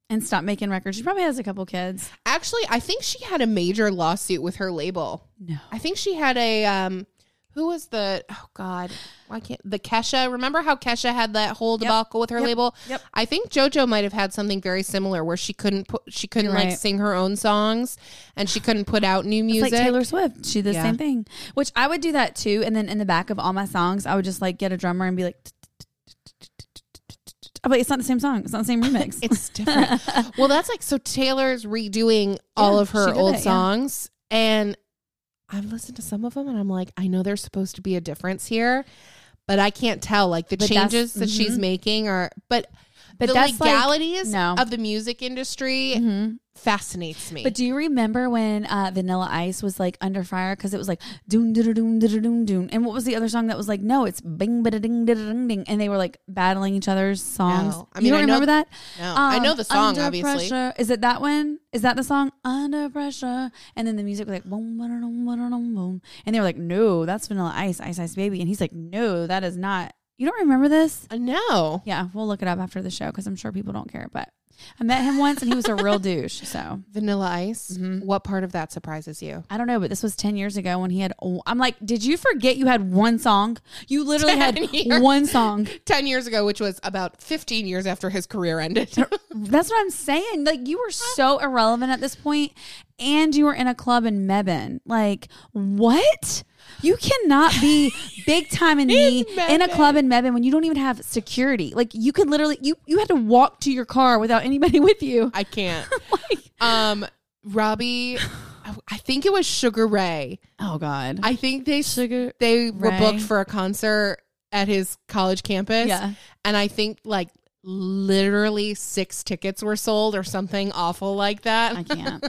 Speaker 3: and stopped making records. She probably has a couple kids.
Speaker 2: Actually, I think she had a major lawsuit with her label.
Speaker 3: No.
Speaker 2: I think she had a um who was the oh god why can't the Kesha remember how Kesha had that whole debacle with her
Speaker 3: Yep.
Speaker 2: label
Speaker 3: Yep.
Speaker 2: I think JoJo might have had something very similar where she couldn't put she couldn't
Speaker 3: You're
Speaker 2: like
Speaker 3: right.
Speaker 2: sing her own songs and she couldn't put out new
Speaker 3: It's
Speaker 2: music
Speaker 3: like Taylor Swift. She did the
Speaker 2: Yeah.
Speaker 3: same thing. Which I would do that too. And then in the back of all my songs, I would just like get a drummer and be like, I'm like, it's not the same song. It's not the same remix.
Speaker 2: it's different well that's like so Taylor's redoing all
Speaker 3: Yeah,
Speaker 2: of
Speaker 3: she
Speaker 2: her
Speaker 3: did
Speaker 2: old
Speaker 3: it, yeah.
Speaker 2: songs and I've listened to some of them and I'm like I know there's supposed to be a difference here but I can't tell like the
Speaker 3: But that's-
Speaker 2: changes that she's
Speaker 3: mhm.
Speaker 2: making are but
Speaker 3: But
Speaker 2: the
Speaker 3: that's like-
Speaker 2: legalities
Speaker 3: no.
Speaker 2: of the music industry
Speaker 3: Mhm.
Speaker 2: fascinates me.
Speaker 3: But do you remember when uh, Vanilla Ice was like under fire because it was like doom doom doom doom doom doom, and what was the other song that was like no, it's bing bada ding da ding ding, and they were like battling each other's songs.
Speaker 2: No. I
Speaker 3: you
Speaker 2: mean,
Speaker 3: don't
Speaker 2: I know-
Speaker 3: remember that?
Speaker 2: no, I know the song
Speaker 3: Under
Speaker 2: obviously.
Speaker 3: Pressure. Is it that one? Is that the song Under Pressure? And then the music was like boom boom boom boom boom, boom, and they were like no, that's Vanilla Ice, Ice Ice Baby, and he's like no, that is not. You don't remember this?
Speaker 2: Uh, No,
Speaker 3: Yeah, we'll look it up after the show because I'm sure people don't care. But I met him once and he was a real douche. So
Speaker 2: Vanilla Ice.
Speaker 3: Mhm.
Speaker 2: What part of that surprises you?
Speaker 3: I don't know, but this was 10 years ago when he had. oh, I'm like, did you forget you had one song? You literally
Speaker 2: 10
Speaker 3: had
Speaker 2: years.
Speaker 3: one song.
Speaker 2: Ten years ago, which was about fifteen years after his career ended.
Speaker 3: That's what I'm saying. Like, you were so irrelevant at this point, and you were in a club in Mebane. Like, what? You cannot be big time in me in a
Speaker 2: Mebane.
Speaker 3: club in Mebane when you don't even have security. Like, you could literally, you, you had to walk to your car without anybody with you.
Speaker 2: I can't.
Speaker 3: Like,
Speaker 2: Um, Robbie, I- I think it was Sugar Ray.
Speaker 3: oh, God.
Speaker 2: I think they
Speaker 3: Sugar
Speaker 2: they were
Speaker 3: Ray.
Speaker 2: booked for a concert at his college campus.
Speaker 3: Yeah.
Speaker 2: And I think like literally six tickets were sold or something awful like that.
Speaker 3: I can't.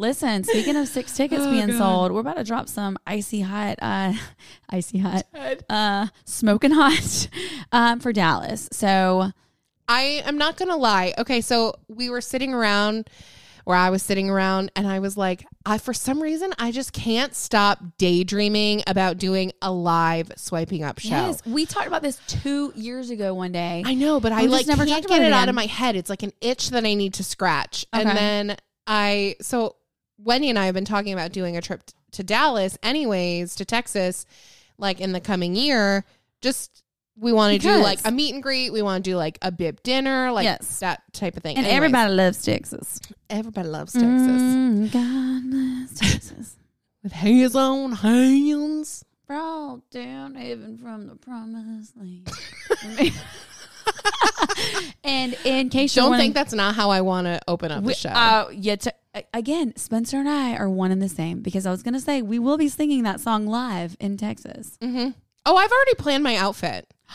Speaker 3: Listen, speaking of six tickets being sold, we're about to drop some icy hot, uh, icy hot, uh, smoking hot um, for Dallas. So
Speaker 2: I am not gonna lie. Okay, so we were sitting around where I was sitting around and I was like, I for some reason I just can't stop daydreaming about doing a live swiping up show.
Speaker 3: yes, we talked about this two years ago one day.
Speaker 2: I know, but I
Speaker 3: We just
Speaker 2: like
Speaker 3: never
Speaker 2: can't
Speaker 3: talked about
Speaker 2: get it,
Speaker 3: it
Speaker 2: out
Speaker 3: again.
Speaker 2: of my head. It's like an itch that I need to scratch.
Speaker 3: Okay.
Speaker 2: And then I so Wendy and I have been talking about doing a trip t- to Dallas anyways, to Texas, like in the coming year. Just we want to do
Speaker 3: Because-
Speaker 2: like a meet and greet. We want to do like a bib dinner, like
Speaker 3: Yes.
Speaker 2: that type of thing.
Speaker 3: and
Speaker 2: Anyways,
Speaker 3: everybody loves Texas.
Speaker 2: everybody loves Texas
Speaker 3: Mm, God loves Texas.
Speaker 2: with his own hands.
Speaker 3: Brought down heaven from the promised land. and in case you
Speaker 2: Don't
Speaker 3: wanna-
Speaker 2: think that's not how I want to open up the show.
Speaker 3: Uh, yeah. T- a- again, Spencer and I are one and the same because I was gonna say we will be singing that song live in Texas.
Speaker 2: Mhm. Oh, I've already planned my outfit.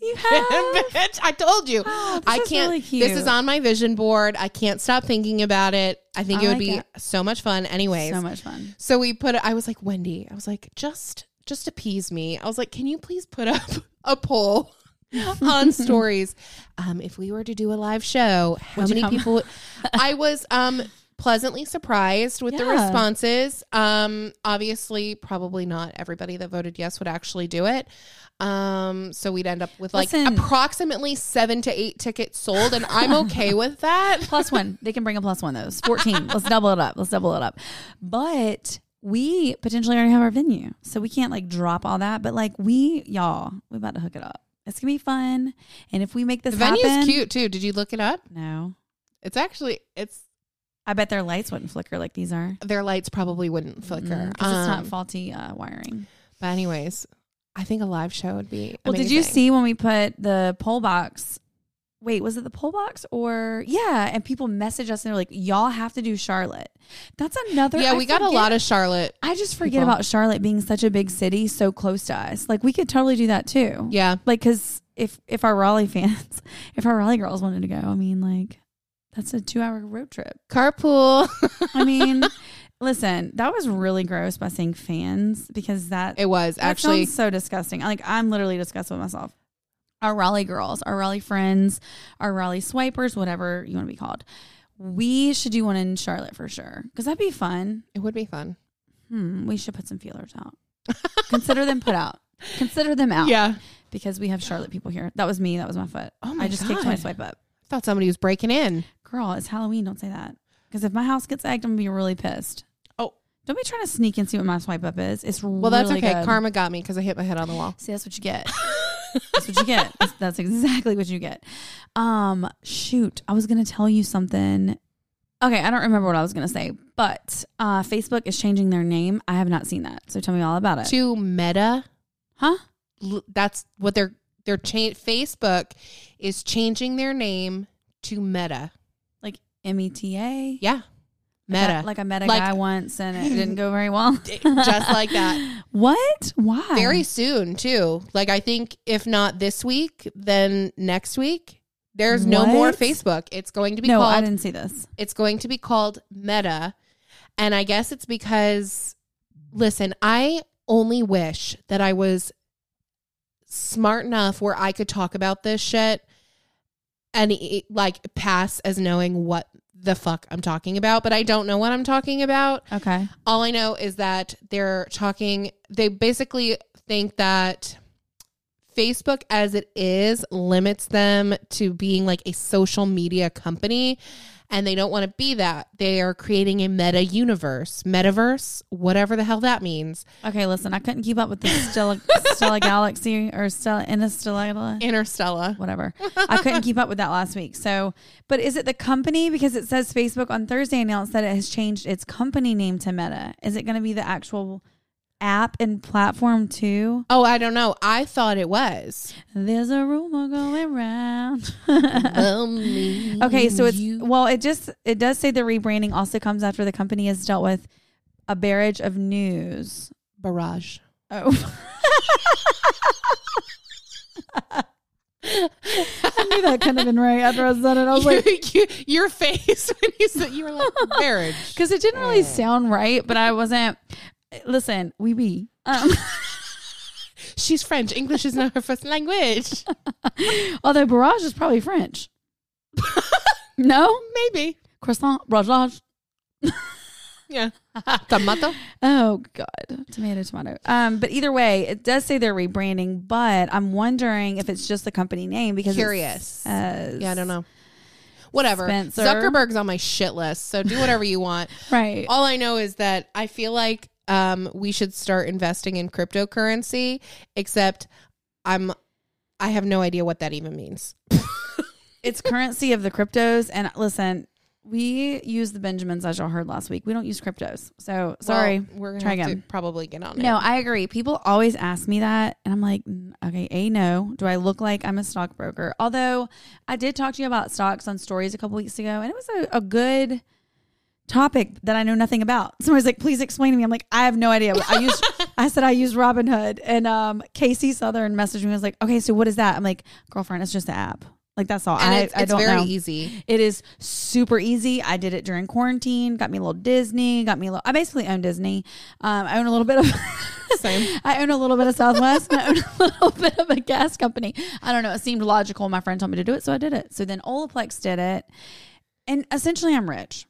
Speaker 3: You have.
Speaker 2: Bitch, I told you.
Speaker 3: Oh, this
Speaker 2: I
Speaker 3: is
Speaker 2: can't.
Speaker 3: really
Speaker 2: This
Speaker 3: cute.
Speaker 2: is on my vision board. I can't stop thinking about it. I think
Speaker 3: I
Speaker 2: it would
Speaker 3: like
Speaker 2: be
Speaker 3: it.
Speaker 2: so much fun. Anyways,
Speaker 3: so much fun.
Speaker 2: so we put. I was like Wendy. I was like just just appease me. I was like, can you please put up a poll on stories? Um, if we were to do a live show, how
Speaker 3: Would you
Speaker 2: many
Speaker 3: come?
Speaker 2: people? Would, I was um pleasantly surprised with the
Speaker 3: Yeah.
Speaker 2: responses. Um, obviously, probably not everybody that voted yes would actually do it. Um, so we'd end up with like
Speaker 3: Listen.
Speaker 2: approximately seven to eight tickets sold, and I'm okay with that.
Speaker 3: Plus one. They can bring a plus one though. It's Fourteen. Let's double it up. Let's double it up. But we potentially already have our venue, so we can't like drop all that. But like we, y'all, we about to hook it up. It's gonna be fun. And if we make this
Speaker 2: The venue's
Speaker 3: happen,
Speaker 2: cute too. Did you look it up?
Speaker 3: No,
Speaker 2: It's actually it's
Speaker 3: I bet their lights wouldn't flicker like these are.
Speaker 2: their lights probably wouldn't flicker.
Speaker 3: Mm, 'cause it's
Speaker 2: Um,
Speaker 3: not faulty uh, wiring.
Speaker 2: But anyways, I think a live show would be.
Speaker 3: Well, did you
Speaker 2: amazing.
Speaker 3: see when we put the poll box? Wait, was it the poll box or yeah? And people message us and they're like, "Y'all have to do Charlotte." That's another.
Speaker 2: Yeah,
Speaker 3: I
Speaker 2: we got a lot
Speaker 3: forget-
Speaker 2: of Charlotte.
Speaker 3: I just forget
Speaker 2: people.
Speaker 3: about Charlotte being such a big city, so close to us. Like we could totally do that too.
Speaker 2: Yeah,
Speaker 3: Like, cause if if our Raleigh fans, if our Raleigh girls wanted to go, I mean, like, that's a two hour road trip.
Speaker 2: carpool.
Speaker 3: I mean, listen, that was really gross by saying fans because that
Speaker 2: it was
Speaker 3: that
Speaker 2: actually.
Speaker 3: sounds so disgusting. Like I'm literally disgusted with myself. Our Raleigh girls, our Raleigh friends, our Raleigh swipers, whatever you want to be called. We should do one in Charlotte for sure because that'd be fun.
Speaker 2: It would be fun.
Speaker 3: Hmm, we should put some feelers out. Consider them put out. Consider them out.
Speaker 2: Yeah,
Speaker 3: Because we have Charlotte people here. That was me. That was my foot.
Speaker 2: Oh my
Speaker 3: I just kicked my
Speaker 2: God.
Speaker 3: swipe up.
Speaker 2: thought somebody was breaking in.
Speaker 3: Girl, it's Halloween. Don't say that. Because if my house gets egged, I'm gonna be really pissed.
Speaker 2: Oh.
Speaker 3: Don't be trying to sneak and see what my swipe up is. It's
Speaker 2: Well, that's okay.
Speaker 3: Good.
Speaker 2: Karma got me because I hit my head on the wall.
Speaker 3: See, that's what you get. that's what you get. That's, that's exactly what you get. Um, shoot, I was gonna tell you something. Okay, I don't remember what I was gonna say, but uh, Facebook is changing their name. I have not seen that, so tell me all about it.
Speaker 2: To Meta,
Speaker 3: Huh?
Speaker 2: l- that's what they're they're cha- Facebook is changing their name to Meta.
Speaker 3: Like M E T A.
Speaker 2: Yeah, Meta.
Speaker 3: Like I met a
Speaker 2: Like-
Speaker 3: guy once, and it didn't go very well.
Speaker 2: Just like that.
Speaker 3: What? Why?
Speaker 2: Very soon too. Like I think if not this week, then next week There's no more
Speaker 3: What?
Speaker 2: Facebook. It's going to be
Speaker 3: no, I
Speaker 2: called
Speaker 3: didn't see this.
Speaker 2: it's going to be called Meta. And I guess it's because listen, I only wish that I was smart enough where I could talk about this shit and e- like pass as knowing what the fuck I'm talking about, but I don't know what I'm talking about.
Speaker 3: Okay.
Speaker 2: All I know is that they're talking, they basically think that Facebook, as it is, limits them to being like a social media company. And they don't want to be that. They are creating a meta universe, metaverse, whatever the hell that means.
Speaker 3: Okay, listen, I couldn't keep up with the Stella, Stella Galaxy or Stella Interstellar.
Speaker 2: Interstella.
Speaker 3: Whatever. I couldn't keep up with that last week. So, but is it the company? Because it says Facebook on Thursday announced that it has changed its company name to Meta. Is it going to be the actual app and platform too?
Speaker 2: Oh, I don't know. I thought it was.
Speaker 3: There's a rumor going round. Um,
Speaker 2: Lonely
Speaker 3: okay, so it's
Speaker 2: you.
Speaker 3: well, it just it does say the rebranding also comes after the company has dealt with a barrage of news.
Speaker 2: barrage.
Speaker 3: Oh. I knew that couldn't have been right after I said it. I was like,
Speaker 2: You- your face when you said you were like marriage.
Speaker 3: because it didn't really sound right, but I wasn't. Listen, we be. Um,
Speaker 2: She's French. English is not her first language.
Speaker 3: although barrage is probably French. no?
Speaker 2: Maybe.
Speaker 3: Croissant, barrage.
Speaker 2: Yeah. Tomato.
Speaker 3: Oh God, tomato, tomato. Um, but either way, it does say they're rebranding, but I'm wondering if it's just the company name because it
Speaker 2: Curious.
Speaker 3: says-
Speaker 2: Yeah, I don't know. Whatever.
Speaker 3: Spencer.
Speaker 2: Zuckerberg's on my shit list, so do whatever you want.
Speaker 3: Right.
Speaker 2: All I know is that I feel like um, we should start investing in cryptocurrency, except I'm I have no idea what that even means.
Speaker 3: it's currency of the cryptos. And listen, we use the Benjamins as y'all heard last week. We don't use cryptos, so sorry.
Speaker 2: Well, we're gonna
Speaker 3: Try
Speaker 2: have
Speaker 3: again.
Speaker 2: to probably get on it.
Speaker 3: No, I agree. People always ask me that, and I'm like, mm, okay, a no. Do I look like I'm a stockbroker? Although I did talk to you about stocks on stories a couple weeks ago, and it was a, a good topic that I know nothing about. Somebody's like, please explain to me. I'm like, I have no idea. But I used, I said I used Robinhood, and um, Casey Southern messaged me. and was like, okay, so what is that? I'm like, girlfriend, it's just an app. Like that's all.
Speaker 2: and
Speaker 3: I,
Speaker 2: it's,
Speaker 3: I
Speaker 2: it's
Speaker 3: don't
Speaker 2: very
Speaker 3: know.
Speaker 2: easy.
Speaker 3: It is super easy. I did it during quarantine. Got me a little Disney. Got me a little. I basically own Disney. Um, I own a little bit of.
Speaker 2: Same.
Speaker 3: I own a little bit of Southwest. and I own a little bit of a gas company. I don't know. It seemed logical. My friend told me to do it, so I did it. So then Olaplex did it, and essentially I'm rich.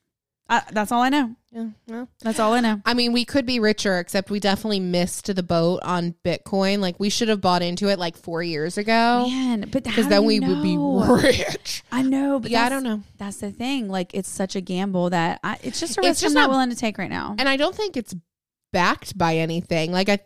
Speaker 3: I, that's all I know.
Speaker 2: Yeah, well.
Speaker 3: That's all I know.
Speaker 2: I mean, we could be richer, except we definitely missed the boat on Bitcoin. Like we should have bought into it like four years ago,
Speaker 3: Man, but
Speaker 2: Oh, because then we would be rich.
Speaker 3: I know, but
Speaker 2: Yeah, I
Speaker 3: that's-
Speaker 2: don't know.
Speaker 3: That's the thing. Like, it's such a gamble that I, it's just a
Speaker 2: It's
Speaker 3: risk
Speaker 2: just
Speaker 3: I'm not
Speaker 2: not-
Speaker 3: willing to take right now.
Speaker 2: And I don't think it's backed by anything. Like I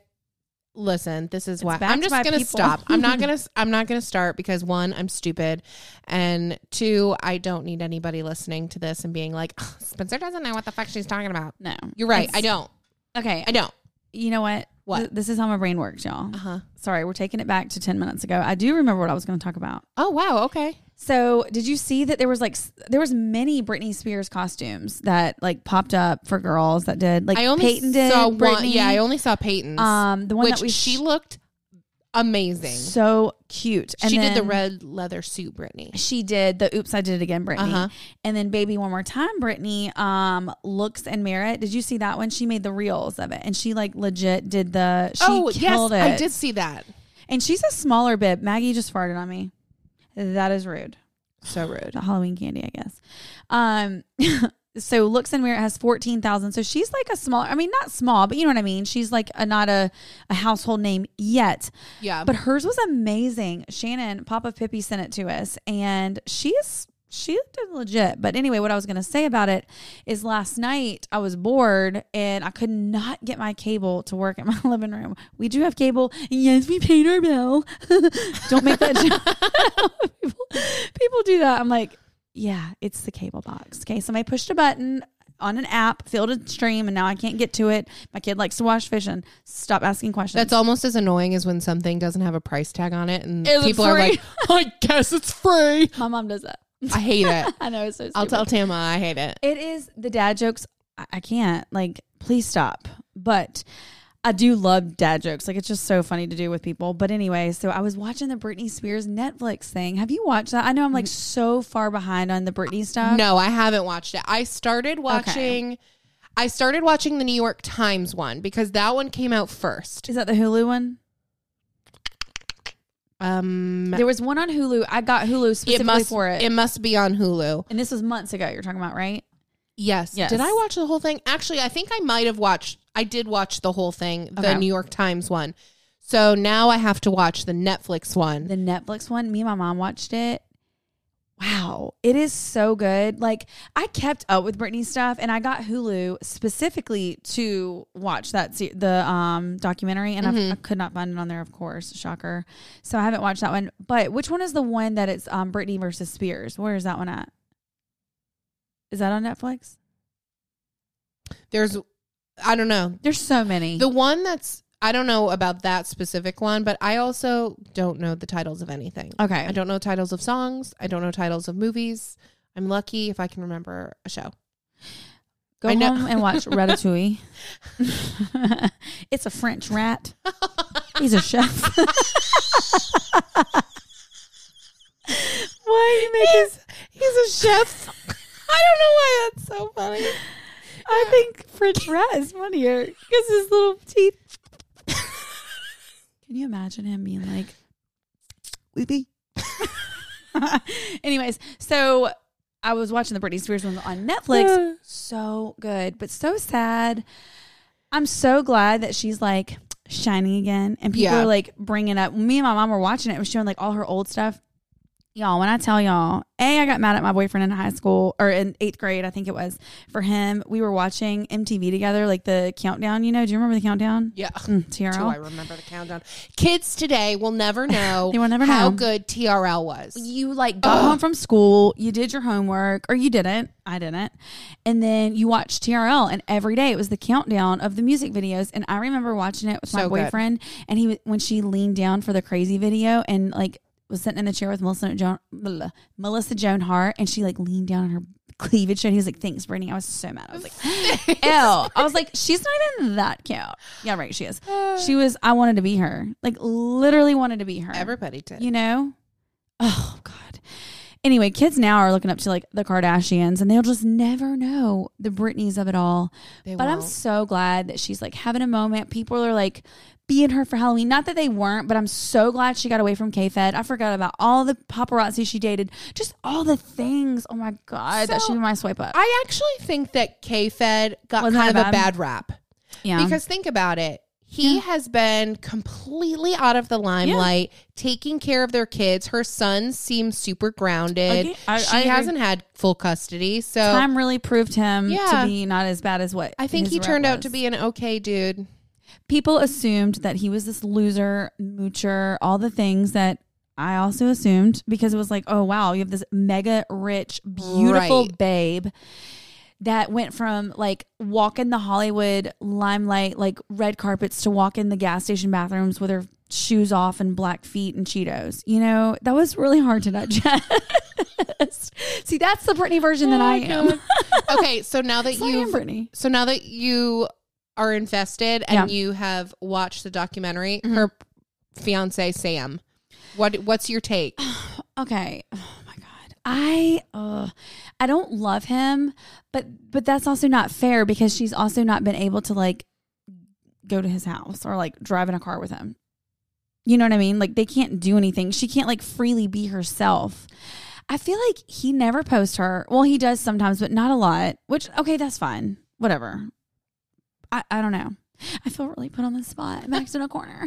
Speaker 2: listen, this is why
Speaker 3: backed
Speaker 2: I'm just
Speaker 3: by
Speaker 2: gonna
Speaker 3: people.
Speaker 2: stop. I'm not gonna I'm not gonna start because one, I'm stupid, and two, I don't need anybody listening to this and being like, "Ugh, Spencer doesn't know what the fuck she's talking about.
Speaker 3: No,
Speaker 2: You're right.
Speaker 3: It's-
Speaker 2: I don't.
Speaker 3: Okay,
Speaker 2: I don't.
Speaker 3: you know what?
Speaker 2: What?
Speaker 3: Th- this is how my brain works, y'all.
Speaker 2: Uh huh.
Speaker 3: Sorry, we're taking it back to 10 minutes ago. I do remember what I was going to talk about.
Speaker 2: Oh wow. Okay.
Speaker 3: So, did you see that there was like s- there was many Britney Spears costumes that like popped up for girls that did like
Speaker 2: I only
Speaker 3: Peyton did
Speaker 2: saw one.
Speaker 3: Britney,
Speaker 2: Yeah, I only saw Peyton's.
Speaker 3: um the one
Speaker 2: which
Speaker 3: that we
Speaker 2: she looked amazing.
Speaker 3: so cute.
Speaker 2: she did the
Speaker 3: then
Speaker 2: red leather suit, Brittany.
Speaker 3: She did the oops I did it again Britney.
Speaker 2: Uh-huh.
Speaker 3: And then baby one more time Britney um looks and merit. Did you see that one? She made the reels of it and she like legit did the she
Speaker 2: oh yes,
Speaker 3: killed it.
Speaker 2: I did see that.
Speaker 3: And she's a smaller bit. Maggie just farted on me. That is rude.
Speaker 2: So rude.
Speaker 3: The Halloween candy, I guess. Um, so looks and mirror has fourteen thousand. So she's like a small. I mean, not small, but you know what I mean. She's like a, not a a household name yet.
Speaker 2: Yeah,
Speaker 3: But hers was amazing. Shannon Papa Pippi sent it to us, and she's she did legit. But anyway, what I was gonna say about it is last night I was bored and I could not get my cable to work in my living room. We do have cable. Yes, we paid our bill. Don't make that joke. people, people do that. I'm like, yeah, it's the cable box. Okay, somebody pushed a button. On an app, filled a stream, and now I can't get to it. My kid likes to watch fishing. Stop asking questions.
Speaker 2: That's almost as annoying as when something doesn't have a price tag on it and
Speaker 3: Is it
Speaker 2: people are
Speaker 3: free?
Speaker 2: like, I guess it's free.
Speaker 3: My mom does that.
Speaker 2: I hate it.
Speaker 3: I know it's so. Stupid.
Speaker 2: I'll tell Tama I hate it.
Speaker 3: It is the dad jokes. I, I can't. Like, please stop. But I do love dad jokes. Like it's just so funny to do with people. But anyway, so I was watching the Britney Spears Netflix thing. Have you watched that? I know I'm like so far behind on the Britney stuff.
Speaker 2: No, I haven't watched it. I started watching I started watching the New York Times one because that one came out first.
Speaker 3: Is that the Hulu one?
Speaker 2: Um
Speaker 3: There was one on Hulu. I got Hulu specifically
Speaker 2: it must
Speaker 3: for it.
Speaker 2: it must be on Hulu.
Speaker 3: and this was months ago you're talking about, right?
Speaker 2: Yes.
Speaker 3: Yes.
Speaker 2: Did I watch the whole thing? Actually, I think I might have watched. I did watch the whole thing, the
Speaker 3: Okay.
Speaker 2: New York Times one. So now I have to watch the Netflix one.
Speaker 3: The Netflix one, me and my mom watched it. Wow, it is so good. Like I kept up with Britney stuff and I got Hulu specifically to watch that se- the um documentary and I, I could not find it on there of course, shocker. So I haven't watched that one. But which one is the one that it's um Britney versus Spears? Where is that one at? Is that on Netflix?
Speaker 2: There's, I don't know,
Speaker 3: There's so many.
Speaker 2: the one that's I don't know about that specific one, but I also don't know the titles of anything.
Speaker 3: okay.
Speaker 2: I don't know titles of songs. I don't know titles of movies. I'm lucky if I can remember a show.
Speaker 3: Go
Speaker 2: I know.
Speaker 3: home and watch Ratatouille. it's a French rat. He's a chef. Why are you making?
Speaker 2: He's a chef. I don't know why that's so funny.
Speaker 3: I think French rat is funnier because his little teeth. Can you imagine him being like, "Weepy"? Anyways, so I was watching the Britney Spears one on Netflix. so good, but so sad. I'm so glad that she's like shining again, and people
Speaker 2: Yeah.
Speaker 3: are like bringing up. Me and my mom were watching it. It was showing like all her old stuff. Y'all, when I tell y'all, A, I got mad at my boyfriend in high school or in eighth grade, I think it was. For him, we were watching MTV together, like the countdown, you know. Do you remember the countdown?
Speaker 2: Yeah.
Speaker 3: Mm,
Speaker 2: Do Oh, I
Speaker 3: TRL.
Speaker 2: remember the countdown? Kids today will never know
Speaker 3: They will never
Speaker 2: how
Speaker 3: know.
Speaker 2: good TRL was.
Speaker 3: You like got home from school, you did your homework, or you didn't. I didn't. And then you watched TRL, and every day it was the countdown of the music videos. And I remember watching it with my
Speaker 2: So good.
Speaker 3: boyfriend, and he w- when she leaned down for the crazy video, and like was sitting in the chair with Melissa Joan blah, Melissa Joan Hart, and she like leaned down on her cleavage, and he was like, "Thanks, Brittany." I was so mad. I was like, "Ew!" I was like, "She's not even that cute." Yeah, right. She is. She was. I wanted to be her. Like literally wanted to be her.
Speaker 2: Everybody did.
Speaker 3: You know? Oh, God. Anyway, kids now are looking up to like the Kardashians and they'll just never know the Britneys of it all.
Speaker 2: They
Speaker 3: but I'm
Speaker 2: won't.
Speaker 3: so glad that she's like having a moment. People are like being her for Halloween. Not that they weren't, but I'm so glad she got away from K Fed. I forgot about all the paparazzi she dated, just all the things. Oh my God, that
Speaker 2: So,
Speaker 3: should be my swipe up.
Speaker 2: I actually think that K Fed got
Speaker 3: Wasn't
Speaker 2: kind of
Speaker 3: that
Speaker 2: a
Speaker 3: bad?
Speaker 2: bad rap.
Speaker 3: yeah.
Speaker 2: Because think about it. He has been completely out of the limelight, taking care of their kids. Her son seems super grounded.
Speaker 3: Okay, I-
Speaker 2: she
Speaker 3: I agree.
Speaker 2: hasn't had full custody. So
Speaker 3: Time really proved him
Speaker 2: Yeah.
Speaker 3: to be not as bad as what
Speaker 2: I think
Speaker 3: his
Speaker 2: he
Speaker 3: rep
Speaker 2: turned out to
Speaker 3: was.
Speaker 2: be an okay dude.
Speaker 3: people assumed that he was this loser, moocher, all the things that I also assumed because it was like, oh wow, you have this mega rich, beautiful
Speaker 2: Right.
Speaker 3: babe that went from like walking the Hollywood limelight, like red carpets, to walk in the gas station bathrooms with her shoes off and black feet and Cheetos. You know, that was really hard to digest. See, that's the Britney version that I am.
Speaker 2: okay, so now that
Speaker 3: I am
Speaker 2: Oh you've
Speaker 3: Britney.
Speaker 2: so now that you are invested and you have watched the documentary,
Speaker 3: Mm-hmm.
Speaker 2: her fiance Sam. What what's your take?
Speaker 3: okay oh my god i uh, i don't love him but but that's also not fair because she's also not been able to like go to his house or like drive in a car with him you know what i mean like they can't do anything she can't like freely be herself i feel like he never posts her well he does sometimes but not a lot which okay that's fine whatever i, I don't know I feel really put on the spot, backed in a corner.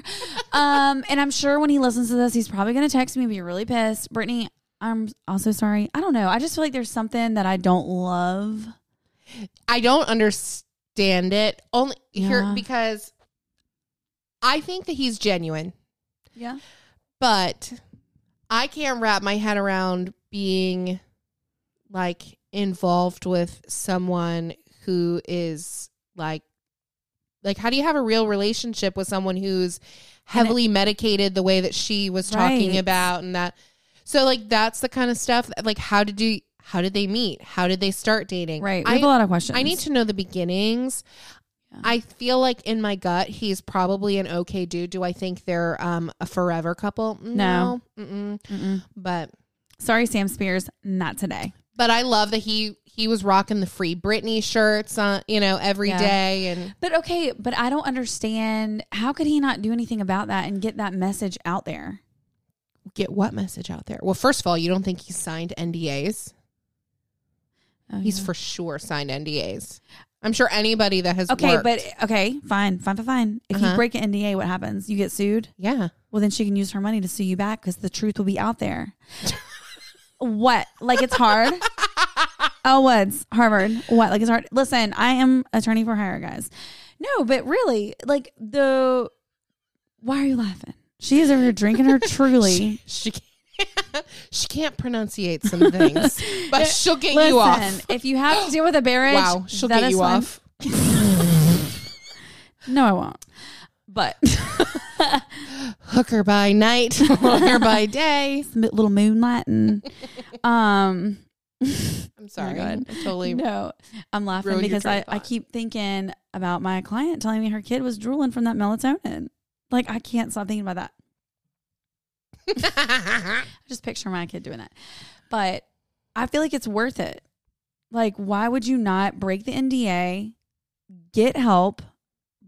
Speaker 3: Um, and I'm sure when he listens to this, he's probably going to text me and be really pissed. Brittany, I'm also sorry. I don't know. I just feel like there's something that I don't love.
Speaker 2: I don't understand it only here
Speaker 3: Yeah.
Speaker 2: because I think that he's genuine,
Speaker 3: Yeah.
Speaker 2: but I can't wrap my head around being like involved with someone who is like like how do you have a real relationship with someone who's heavily medicated the way that she was talking
Speaker 3: Right.
Speaker 2: about and that so like that's the kind of stuff like how did you how did they meet how did they start dating
Speaker 3: Right. We
Speaker 2: I,
Speaker 3: have a lot of questions.
Speaker 2: I need to know the beginnings. I feel like in my gut he's probably an okay dude. Do I think they're um a forever couple?
Speaker 3: No.
Speaker 2: Mm-mm.
Speaker 3: Mm-mm.
Speaker 2: But
Speaker 3: Sorry, Sam Spears, not today.
Speaker 2: but I love that he he was rocking the free Britney shirts on you know every day
Speaker 3: Yeah.
Speaker 2: and
Speaker 3: But okay, but I don't understand. How could he not do anything about that and get that message out there?
Speaker 2: get what message out there? Well, first of all, you don't think he signed NDAs?
Speaker 3: Oh,
Speaker 2: He's
Speaker 3: yeah.
Speaker 2: for sure signed NDAs. I'm sure anybody that has
Speaker 3: okay,
Speaker 2: worked-
Speaker 3: but okay, fine, fine, fine, fine. If
Speaker 2: Uh-huh.
Speaker 3: you break an NDA, what happens? You get sued.
Speaker 2: yeah,
Speaker 3: Well, then she can use her money to sue you back because the truth will be out there. what? Like it's hard. oh, what's Harvard? What? Like it's hard. Listen, I am attorney for hire, guys. No, but really, like the. Why are you laughing? She is over here drinking her truly.
Speaker 2: she can't, she can't pronunciate some things, but she'll get you off.
Speaker 3: Listen, If you have to deal with a marriage,
Speaker 2: Wow, she'll
Speaker 3: that
Speaker 2: get
Speaker 3: is
Speaker 2: you
Speaker 3: fine.
Speaker 2: off.
Speaker 3: No, I won't. But
Speaker 2: Hooker by night, hooker by day.
Speaker 3: little moonlight and um.
Speaker 2: Oh I'm sorry,
Speaker 3: God.
Speaker 2: I totally.
Speaker 3: No, I'm laughing
Speaker 2: Ruined your
Speaker 3: because
Speaker 2: train
Speaker 3: I,
Speaker 2: of
Speaker 3: I
Speaker 2: thought.
Speaker 3: keep thinking about my client telling me her kid was drooling from that melatonin. Like, I can't stop thinking about that. I just picture my kid doing that. But I feel like it's worth it. Like, why would you not break the NDA, get help,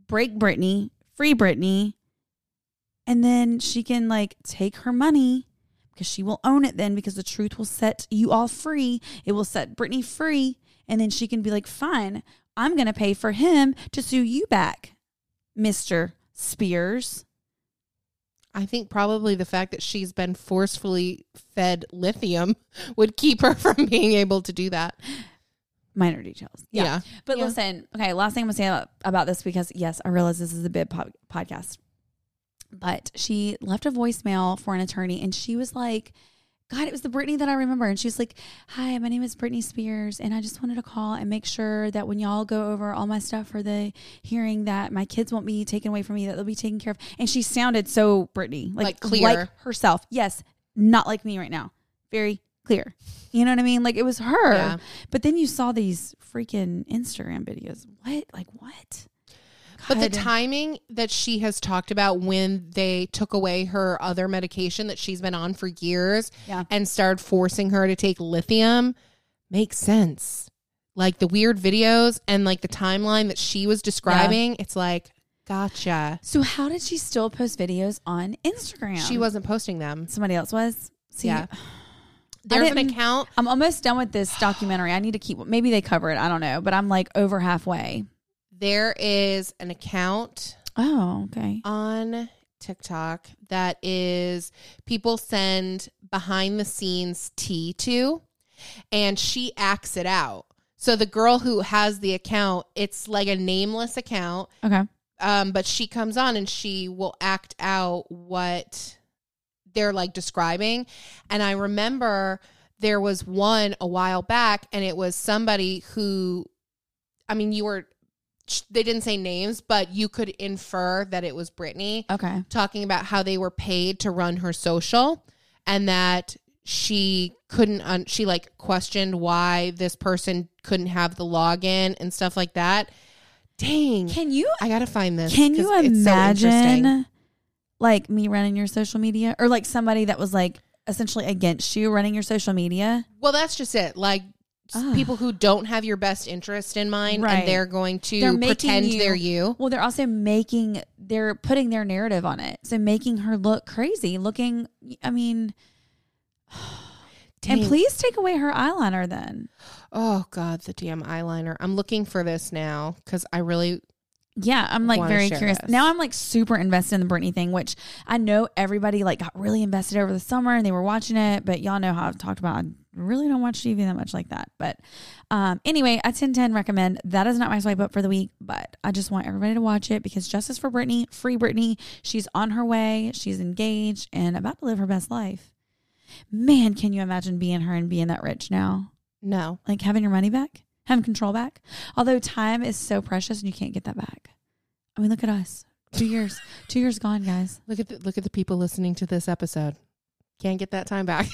Speaker 3: break Britney, free Britney, and then she can like take her money because she will own it then because the truth will set you all free. It will set Britney free. And then she can be like, fine, I'm going to pay for him to sue you back, Mr. Spears.
Speaker 2: I think probably the fact that she's been forcefully fed lithium would keep her from being able to do that.
Speaker 3: Minor details.
Speaker 2: Yeah.
Speaker 3: But
Speaker 2: Yeah.
Speaker 3: listen, okay, last thing I'm going to say about, about this because, yes, I realize this is a big pod- podcast, but she left a voicemail for an attorney and she was like, God, it was the Brittany that I remember. And she was like, Hi, my name is Brittany Spears, and I just wanted to call and make sure that when y'all go over all my stuff for the hearing, that my kids won't be taken away from me, that they'll be taken care of. And she sounded so Brittany, like,
Speaker 2: Like clear.
Speaker 3: like herself. Yes, not like me right now. Very clear. You know what I mean? Like it was her.
Speaker 2: Yeah.
Speaker 3: But then you saw these freaking Instagram videos. What? Like what?
Speaker 2: But the
Speaker 3: God.
Speaker 2: timing that she has talked about when they took away her other medication that she's been on for years
Speaker 3: Yeah.
Speaker 2: and started forcing her to take lithium makes sense. Like the weird videos and like the timeline that she was describing, it's like, gotcha.
Speaker 3: So how did she still post videos on Instagram?
Speaker 2: She wasn't posting them.
Speaker 3: somebody else was. See,
Speaker 2: Yeah. There's an
Speaker 3: didn't-
Speaker 2: account.
Speaker 3: I'm almost done with this documentary. I need to keep. Maybe they cover it. I don't know. But I'm like over halfway.
Speaker 2: There is an account
Speaker 3: Oh, okay.
Speaker 2: on TikTok that is people send behind the scenes tea to, and she acts it out. So the girl who has the account, it's like a nameless account,
Speaker 3: Okay.
Speaker 2: um, but she comes on and she will act out what they're like describing. And I remember there was one a while back, and it was somebody who, I mean, you were. They didn't say names, but you could infer that it was Brittany
Speaker 3: Okay.
Speaker 2: talking about how they were paid to run her social and that she couldn't un- she like questioned why this person couldn't have the login and stuff like that dang
Speaker 3: Can you
Speaker 2: i gotta find this
Speaker 3: Can
Speaker 2: 'cause
Speaker 3: you
Speaker 2: it's so
Speaker 3: imagine,
Speaker 2: interesting.
Speaker 3: like me running your social media, or like somebody that was like essentially against you running your social media?
Speaker 2: well that's just it like s-
Speaker 3: Ugh.
Speaker 2: people who don't have your best interest in mind
Speaker 3: Ah. Right.
Speaker 2: and they're going to
Speaker 3: They're making
Speaker 2: pretend
Speaker 3: you-
Speaker 2: they're you
Speaker 3: Well, they're also making they're putting their narrative on it, so making her look crazy, looking. I mean,
Speaker 2: Dang.
Speaker 3: and please take away her eyeliner then.
Speaker 2: oh god the damn eyeliner i'm looking for this now because i really
Speaker 3: Yeah, I'm like
Speaker 2: Wanna
Speaker 3: very
Speaker 2: share
Speaker 3: curious.
Speaker 2: this.
Speaker 3: Now I'm like super invested in the Britney thing, which I know everybody like got really invested over the summer and they were watching it, but y'all know how I've talked about I really don't watch TV that much like that. But um anyway, I 10 10 recommend that is not my swipe up for the week, but I just want everybody to watch it because justice for Britney, free Britney. She's on her way, she's engaged and about to live her best life. Man, can you imagine being her and being that rich now?
Speaker 2: no
Speaker 3: like having your money back, having control back. Although time is so precious and you can't get that back. I mean, look at us. Two years, two years gone, guys.
Speaker 2: look at the, look at the people listening to this episode can't get that time back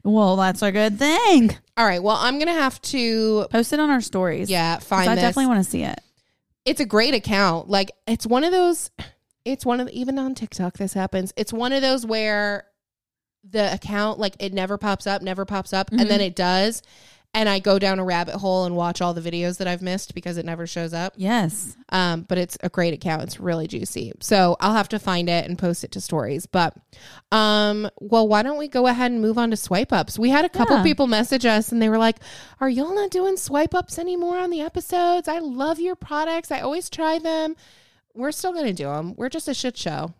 Speaker 3: well, that's a good thing.
Speaker 2: All right. Well, I'm gonna have to.
Speaker 3: Post it on our stories.
Speaker 2: Yeah,
Speaker 3: 'Cause
Speaker 2: find
Speaker 3: I
Speaker 2: this.
Speaker 3: definitely want to see it.
Speaker 2: it's a great account. Like it's one of those it's one of even on TikTok this happens. It's one of those where the account like it never pops up, never pops up and then it does and I go down a rabbit hole and watch all the videos that I've missed because it never shows up.
Speaker 3: Yes.
Speaker 2: Um, but it's a great account. It's really juicy. So I'll have to find it and post it to stories. But um, well, why don't we go ahead and move on to swipe ups? We had a couple
Speaker 3: Yeah.
Speaker 2: people message us and they were like, Are y'all not doing swipe ups anymore on the episodes? I love your products. I always try them. We're still gonna do them. We're just a shit show.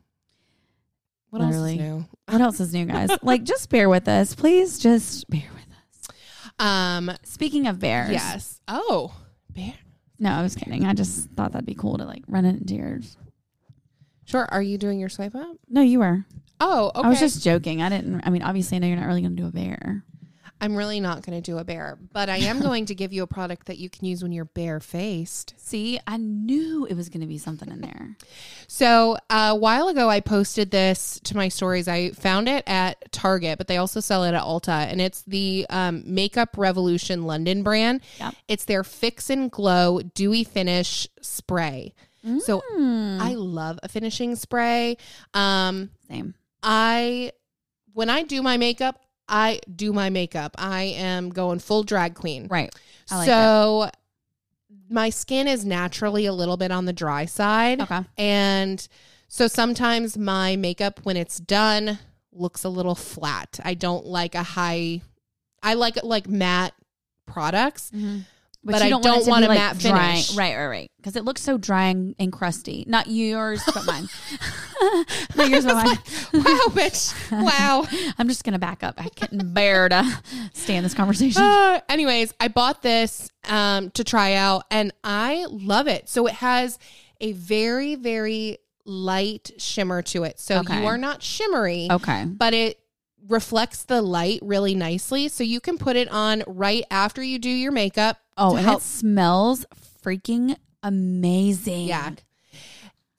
Speaker 2: What else
Speaker 3: Literally.
Speaker 2: is new?
Speaker 3: What else is new, guys? like, just bear with us. Please just bear with us.
Speaker 2: Um
Speaker 3: Speaking of bears.
Speaker 2: yes. Oh. Bear.
Speaker 3: No, I was kidding. I just thought that'd be cool to like run it into yours.
Speaker 2: Sure. Are you doing your swipe up?
Speaker 3: No, you were.
Speaker 2: Oh, okay.
Speaker 3: I was just joking. I didn't. I mean, obviously, I know you're not really going to do a bear.
Speaker 2: I'm really not going to do a bear, but I am going to give you a product that you can use when you're bare faced.
Speaker 3: See, I knew it was going to be something in there.
Speaker 2: So, uh, a while ago, I posted this to my stories. I found it at Target, but they also sell it at Ulta, and it's the um, Makeup Revolution London brand.
Speaker 3: Yep.
Speaker 2: It's their Fix and Glow Dewy Finish Spray. So,
Speaker 3: Mm.
Speaker 2: I love a finishing spray. Um,
Speaker 3: Same.
Speaker 2: I when I do my makeup, I do my makeup. I am going full drag queen.
Speaker 3: Right. I like
Speaker 2: so my skin is naturally a little bit on the dry side.
Speaker 3: Okay.
Speaker 2: And so sometimes my makeup when it's done looks a little flat. I don't like a high I like like matte products.
Speaker 3: But,
Speaker 2: Mm-hmm. But
Speaker 3: you
Speaker 2: I
Speaker 3: don't,
Speaker 2: don't want
Speaker 3: want
Speaker 2: a
Speaker 3: it to be, like,
Speaker 2: matte
Speaker 3: dry.
Speaker 2: finish.
Speaker 3: Right, right, right. Because it looks so dry and, and crusty. Not yours, but mine. Not yours, but mine.
Speaker 2: wow, bitch. Wow.
Speaker 3: I'm just going to back up. I couldn't bear to stay in this conversation.
Speaker 2: Uh, anyways, I bought this um, to try out and I love it. So it has a very, very light shimmer to it. So
Speaker 3: Okay. Oh.
Speaker 2: you are not shimmery,
Speaker 3: Okay.
Speaker 2: but it reflects the light really nicely. So you can put it on right after you do your makeup.
Speaker 3: Oh,
Speaker 2: to
Speaker 3: and
Speaker 2: help-
Speaker 3: it smells freaking amazing.
Speaker 2: Yeah.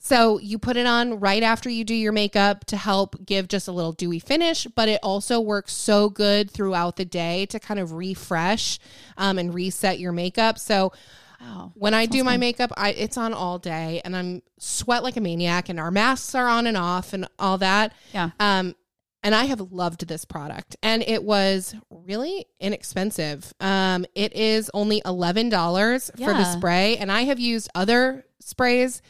Speaker 2: So you put it on right after you do your makeup to help give just a little dewy finish, but it also works so good throughout the day to kind of refresh um, and reset your makeup. So
Speaker 3: Wow.
Speaker 2: When I do my makeup, I it's on all day and I'm sweat like a maniac and our masks are on and off and all that.
Speaker 3: Yeah.
Speaker 2: Um and I have loved this product and it was really inexpensive. Um it is only $11 for the
Speaker 3: Yeah.
Speaker 2: spray and I have used other sprays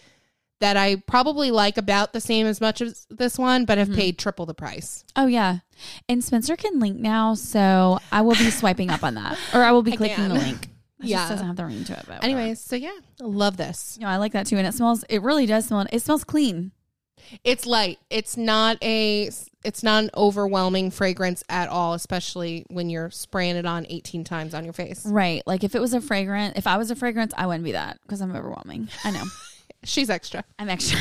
Speaker 2: that I probably like about the same as much as this one but have
Speaker 3: Mm-hmm.
Speaker 2: paid triple the price.
Speaker 3: Oh yeah. And Spencer can link now, so I will be swiping up on that. Or I will be clicking the
Speaker 2: can.
Speaker 3: link. It
Speaker 2: Yeah.
Speaker 3: just doesn't have the ring to it. But whatever.
Speaker 2: Anyways, so yeah, love this.
Speaker 3: No, I like that too. And it smells it really does smell it smells clean.
Speaker 2: It's light. It's not a it's not an overwhelming fragrance at all, especially when you're spraying it on 18 times on your face.
Speaker 3: Right. Like if it was a fragrance if I was a fragrance, I wouldn't be that because I'm overwhelming. I know.
Speaker 2: She's extra.
Speaker 3: I'm extra.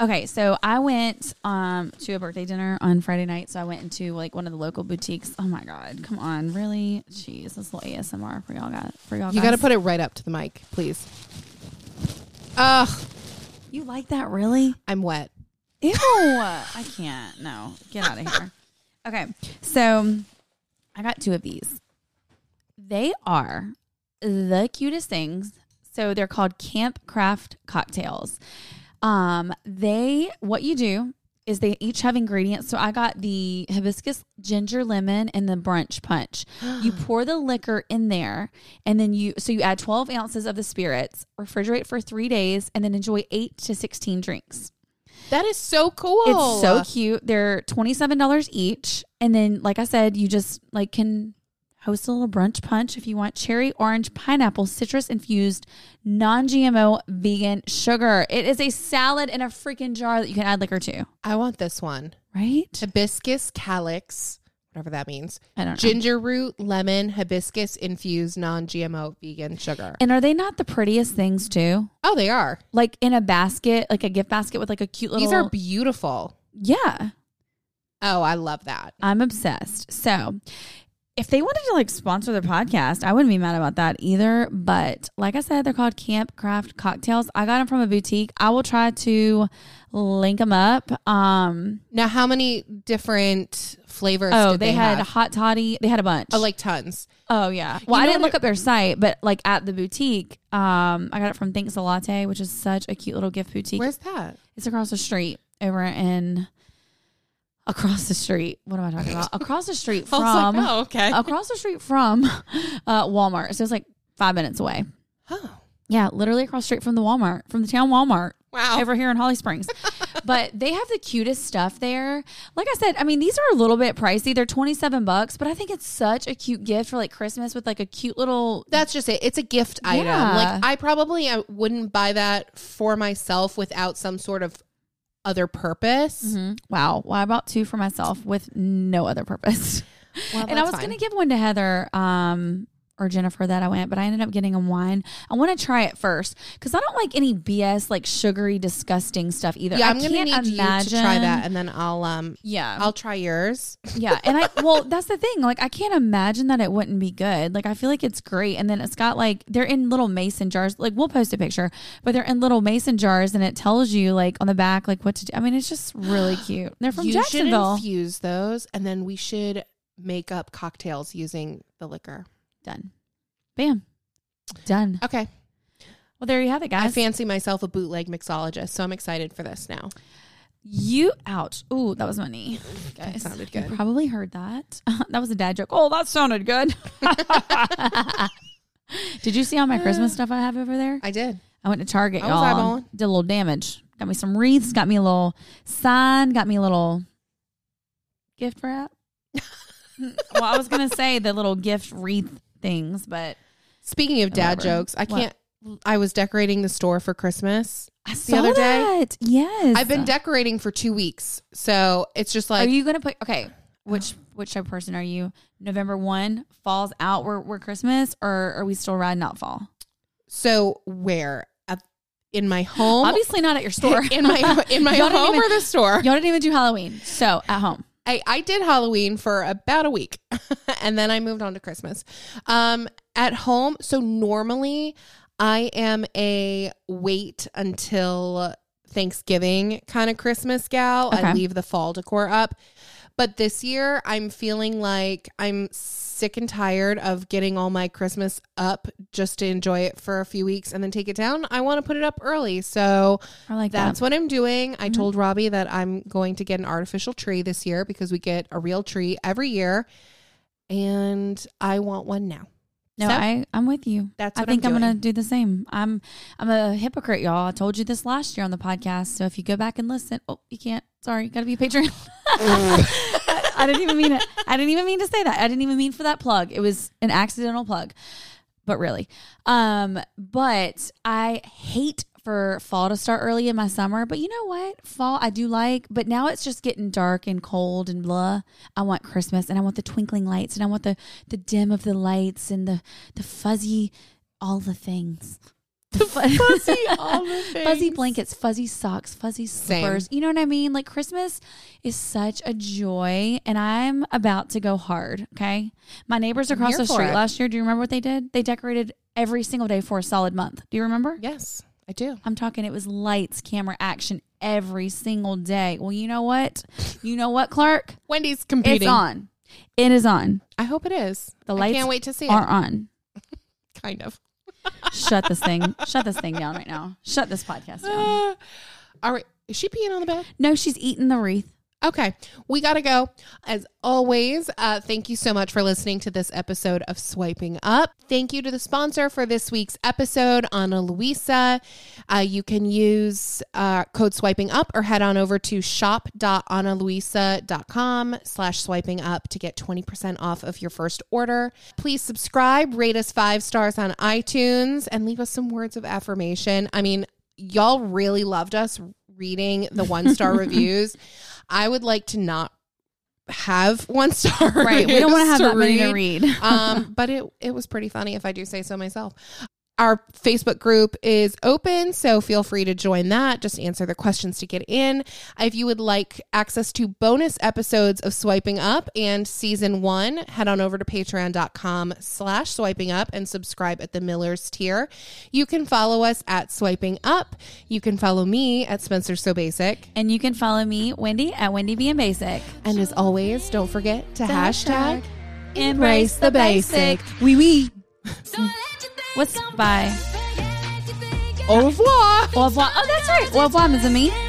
Speaker 3: Okay, so I went um to a birthday dinner on Friday night. So I went into like one of the local boutiques. Oh my god, come on, really? Jeez, this little ASMR for y'all got for y'all.
Speaker 2: You got to
Speaker 3: guys.
Speaker 2: put it right up to the mic, please. Ugh,
Speaker 3: You like that really?
Speaker 2: I'm wet.
Speaker 3: Ew, I can't. No, get out of here. Okay, so I got two of these. They are the cutest things. So they're called Camp Craft cocktails. Um, they what you do is they each have ingredients. So I got the hibiscus, ginger, lemon, and the brunch punch. you pour the liquor in there, and then you so you add twelve ounces of the spirits, refrigerate for three days, and then enjoy eight to sixteen drinks.
Speaker 2: That is so cool.
Speaker 3: It's so cute. They're twenty seven dollars each, and then like I said, you just like can host a little brunch punch if you want cherry, orange, pineapple, citrus infused, non GMO, vegan sugar. It is a salad in a freaking jar that you can add liquor to.
Speaker 2: I want this one.
Speaker 3: Right?
Speaker 2: Hibiscus calyx, whatever that means.
Speaker 3: I don't know.
Speaker 2: Ginger root, lemon, hibiscus infused non-GMO vegan sugar.
Speaker 3: And are they not the prettiest things too?
Speaker 2: Oh, they are.
Speaker 3: Like in a basket, like a gift basket with like a cute little.
Speaker 2: These are beautiful.
Speaker 3: yeah.
Speaker 2: Oh, I love that.
Speaker 3: I'm obsessed. So if they wanted to like sponsor their podcast, I wouldn't be mad about that either. But like I said, they're called Camp Craft Cocktails. I got them from a boutique. I will try to link them up. Um,
Speaker 2: Now, how many different flavors?
Speaker 3: oh,
Speaker 2: did
Speaker 3: they,
Speaker 2: they,
Speaker 3: had
Speaker 2: have?
Speaker 3: hot toddy. They had a bunch.
Speaker 2: oh, like tons.
Speaker 3: oh yeah. Well,
Speaker 2: You
Speaker 3: I
Speaker 2: know
Speaker 3: didn't
Speaker 2: what
Speaker 3: look up their site, but like at the boutique, um, I got it from Thanks a Latte, which is such a cute little gift boutique.
Speaker 2: Where's that?
Speaker 3: It's across the street over in across the street. What am I talking about? Across the street
Speaker 2: I
Speaker 3: from
Speaker 2: was like, oh, okay.
Speaker 3: across the street from uh, Walmart. So it's like five minutes away.
Speaker 2: oh,
Speaker 3: Yeah, literally across the street from the Walmart, from the town Walmart
Speaker 2: wow.
Speaker 3: over here in Holly Springs. but they have the cutest stuff there. Like I said, I mean, these are a little bit pricey. They're 27 bucks, but I think it's such a cute gift for like Christmas with like a cute little
Speaker 2: That's just it. It's a gift item.
Speaker 3: Yeah.
Speaker 2: Like I probably uh, wouldn't buy that for myself without some sort of other purpose.
Speaker 3: mm-hmm. wow. Well, I bought two for myself with no other purpose.
Speaker 2: Well,
Speaker 3: and I
Speaker 2: Oh, that's
Speaker 3: was
Speaker 2: fine.
Speaker 3: going to give one to Heather um, or Jennifer that I went, but I ended up getting a wine. I want to try it first because I don't like any BS, like sugary, disgusting stuff either.
Speaker 2: Yeah,
Speaker 3: I
Speaker 2: I'm gonna
Speaker 3: can't
Speaker 2: need you
Speaker 3: imagine.
Speaker 2: to try that, and then I'll um,
Speaker 3: Yeah.
Speaker 2: I'll try yours.
Speaker 3: yeah. And I, well, that's the thing. Like, I can't imagine that it wouldn't be good. Like, I feel like it's great. And then it's got like, they're in little mason jars. Like, we'll post a picture, but they're in little mason jars and it tells you, like, on the back, like, what to do. I mean, it's just really cute. They're from
Speaker 2: you should
Speaker 3: Jacksonville.
Speaker 2: infuse those, and then we should make up cocktails using the liquor.
Speaker 3: Done. Bam. Done.
Speaker 2: Okay,
Speaker 3: Well, there you have it,
Speaker 2: Uh, I
Speaker 3: guys.
Speaker 2: fancy myself a bootleg mixologist, so I'm excited for this now.
Speaker 3: You ouch. Ooh, that was my knee. Guys,
Speaker 2: sounded
Speaker 3: you
Speaker 2: good.
Speaker 3: probably heard that. that was a dad joke. Oh, that sounded good. Did you see all my Christmas stuff I have over there?
Speaker 2: I did.
Speaker 3: I went to Target,
Speaker 2: I was
Speaker 3: y'all.
Speaker 2: eyeballing.
Speaker 3: and Did a little damage. Got me some wreaths. Got me a little sign. Got me a little gift wrap. well, I was gonna say the little gift wreath things, but
Speaker 2: Speaking of dad
Speaker 3: Whatever.
Speaker 2: jokes, I
Speaker 3: What?
Speaker 2: can't. I was decorating the store for Christmas.
Speaker 3: I saw
Speaker 2: other day?
Speaker 3: that. Yes,
Speaker 2: I've been decorating for two weeks, so it's just
Speaker 3: Are
Speaker 2: like
Speaker 3: you gonna put okay? Which which type of person are you? November one falls out. We're we're Christmas, or are we still riding out fall?
Speaker 2: so. Where at, in my home?
Speaker 3: Obviously not at your store.
Speaker 2: in my in my
Speaker 3: Y'all didn't
Speaker 2: home
Speaker 3: even-
Speaker 2: or the store?
Speaker 3: Y'all didn't even do Halloween, so at home.
Speaker 2: I, I did Halloween for about a week and then I moved on to Christmas. Um, at home, so normally I am a wait until Thanksgiving kind of Christmas gal. I
Speaker 3: Okay.
Speaker 2: leave the fall decor up. But this year I'm feeling like I'm sick and tired of getting all my Christmas up just to enjoy it for a few weeks and then take it down. I want to put it up early. So
Speaker 3: I like
Speaker 2: that's
Speaker 3: that. Mm-hmm.
Speaker 2: what I'm doing. I told Robbie that I'm going to get an artificial tree this year because we get a real tree every year. And I want one now.
Speaker 3: No,
Speaker 2: so-
Speaker 3: I I'm with you.
Speaker 2: That's
Speaker 3: I
Speaker 2: what
Speaker 3: think
Speaker 2: I'm
Speaker 3: I'm, gonna
Speaker 2: doing.
Speaker 3: do the same. I'm I'm a hypocrite, y'all. I told you this last year on the podcast. So if you go back and listen, oh, you can't. Sorry, gotta be a patron. I, I didn't even mean it. I didn't even mean to say that. I didn't even mean for that plug. It was an accidental plug, but really, um, but I hate for fall to start early in my summer. But you know what? Fall I do like, but now it's just getting dark and cold and blah. I want Christmas and I want the twinkling lights and I want the the dim of the lights and the the fuzzy all the things. The fuzzy
Speaker 2: all the
Speaker 3: Fuzzy
Speaker 2: things.
Speaker 3: blankets, fuzzy socks, fuzzy
Speaker 2: Same.
Speaker 3: slippers. You know what I mean? Like Christmas is such a joy and I'm about to go hard, okay? My neighbors across
Speaker 2: here
Speaker 3: the
Speaker 2: for
Speaker 3: street
Speaker 2: it.
Speaker 3: last year, do you remember what they did? They decorated every single day for a solid month. Do you remember?
Speaker 2: Yes, I do.
Speaker 3: I'm talking it was lights, camera, action every single day. Well, you know what? You know what, Clark?
Speaker 2: Wendy's competing.
Speaker 3: It's on. It is on.
Speaker 2: I hope it is.
Speaker 3: The
Speaker 2: I
Speaker 3: lights
Speaker 2: can't wait to see
Speaker 3: Are
Speaker 2: it.
Speaker 3: on.
Speaker 2: Kind of.
Speaker 3: Shut this thing. Shut this thing down right now. Shut this podcast down.
Speaker 2: Uh, all right. Is she peeing on the bed?
Speaker 3: No, she's eating the wreath.
Speaker 2: Okay, we got to go. As always, uh, thank you so much for listening to this episode of Swiping Up. Thank you to the sponsor for this week's episode, Ana Luisa. Uh, you can use uh, code Swiping Up or head on over to shop.analuisa.com slash swiping up to get 20% off of your first order. Please subscribe, rate us five stars on iTunes, and leave us some words of affirmation. I mean, y'all really loved us reading the one star reviews. I would like to not have one star.
Speaker 3: Right. We don't want to have that many to read.
Speaker 2: um, but it it was pretty funny if I do say so myself. Our Facebook group is open, so feel free to join that. Just answer the questions to get in. If you would like access to bonus episodes of Swiping Up and season one, head on over to patreon.com slash swiping up and subscribe at the Miller's tier. You can follow us at Swiping Up. You can follow me at Spencer So Basic.
Speaker 3: And you can follow me, Wendy, at Wendy Being Basic.
Speaker 2: And as always, don't forget to hashtag
Speaker 3: Embrace the basic.
Speaker 2: Wee wee.
Speaker 3: What's bye?
Speaker 2: Au revoir.
Speaker 3: Au revoir. Oh, that's right. Au revoir, mes amis.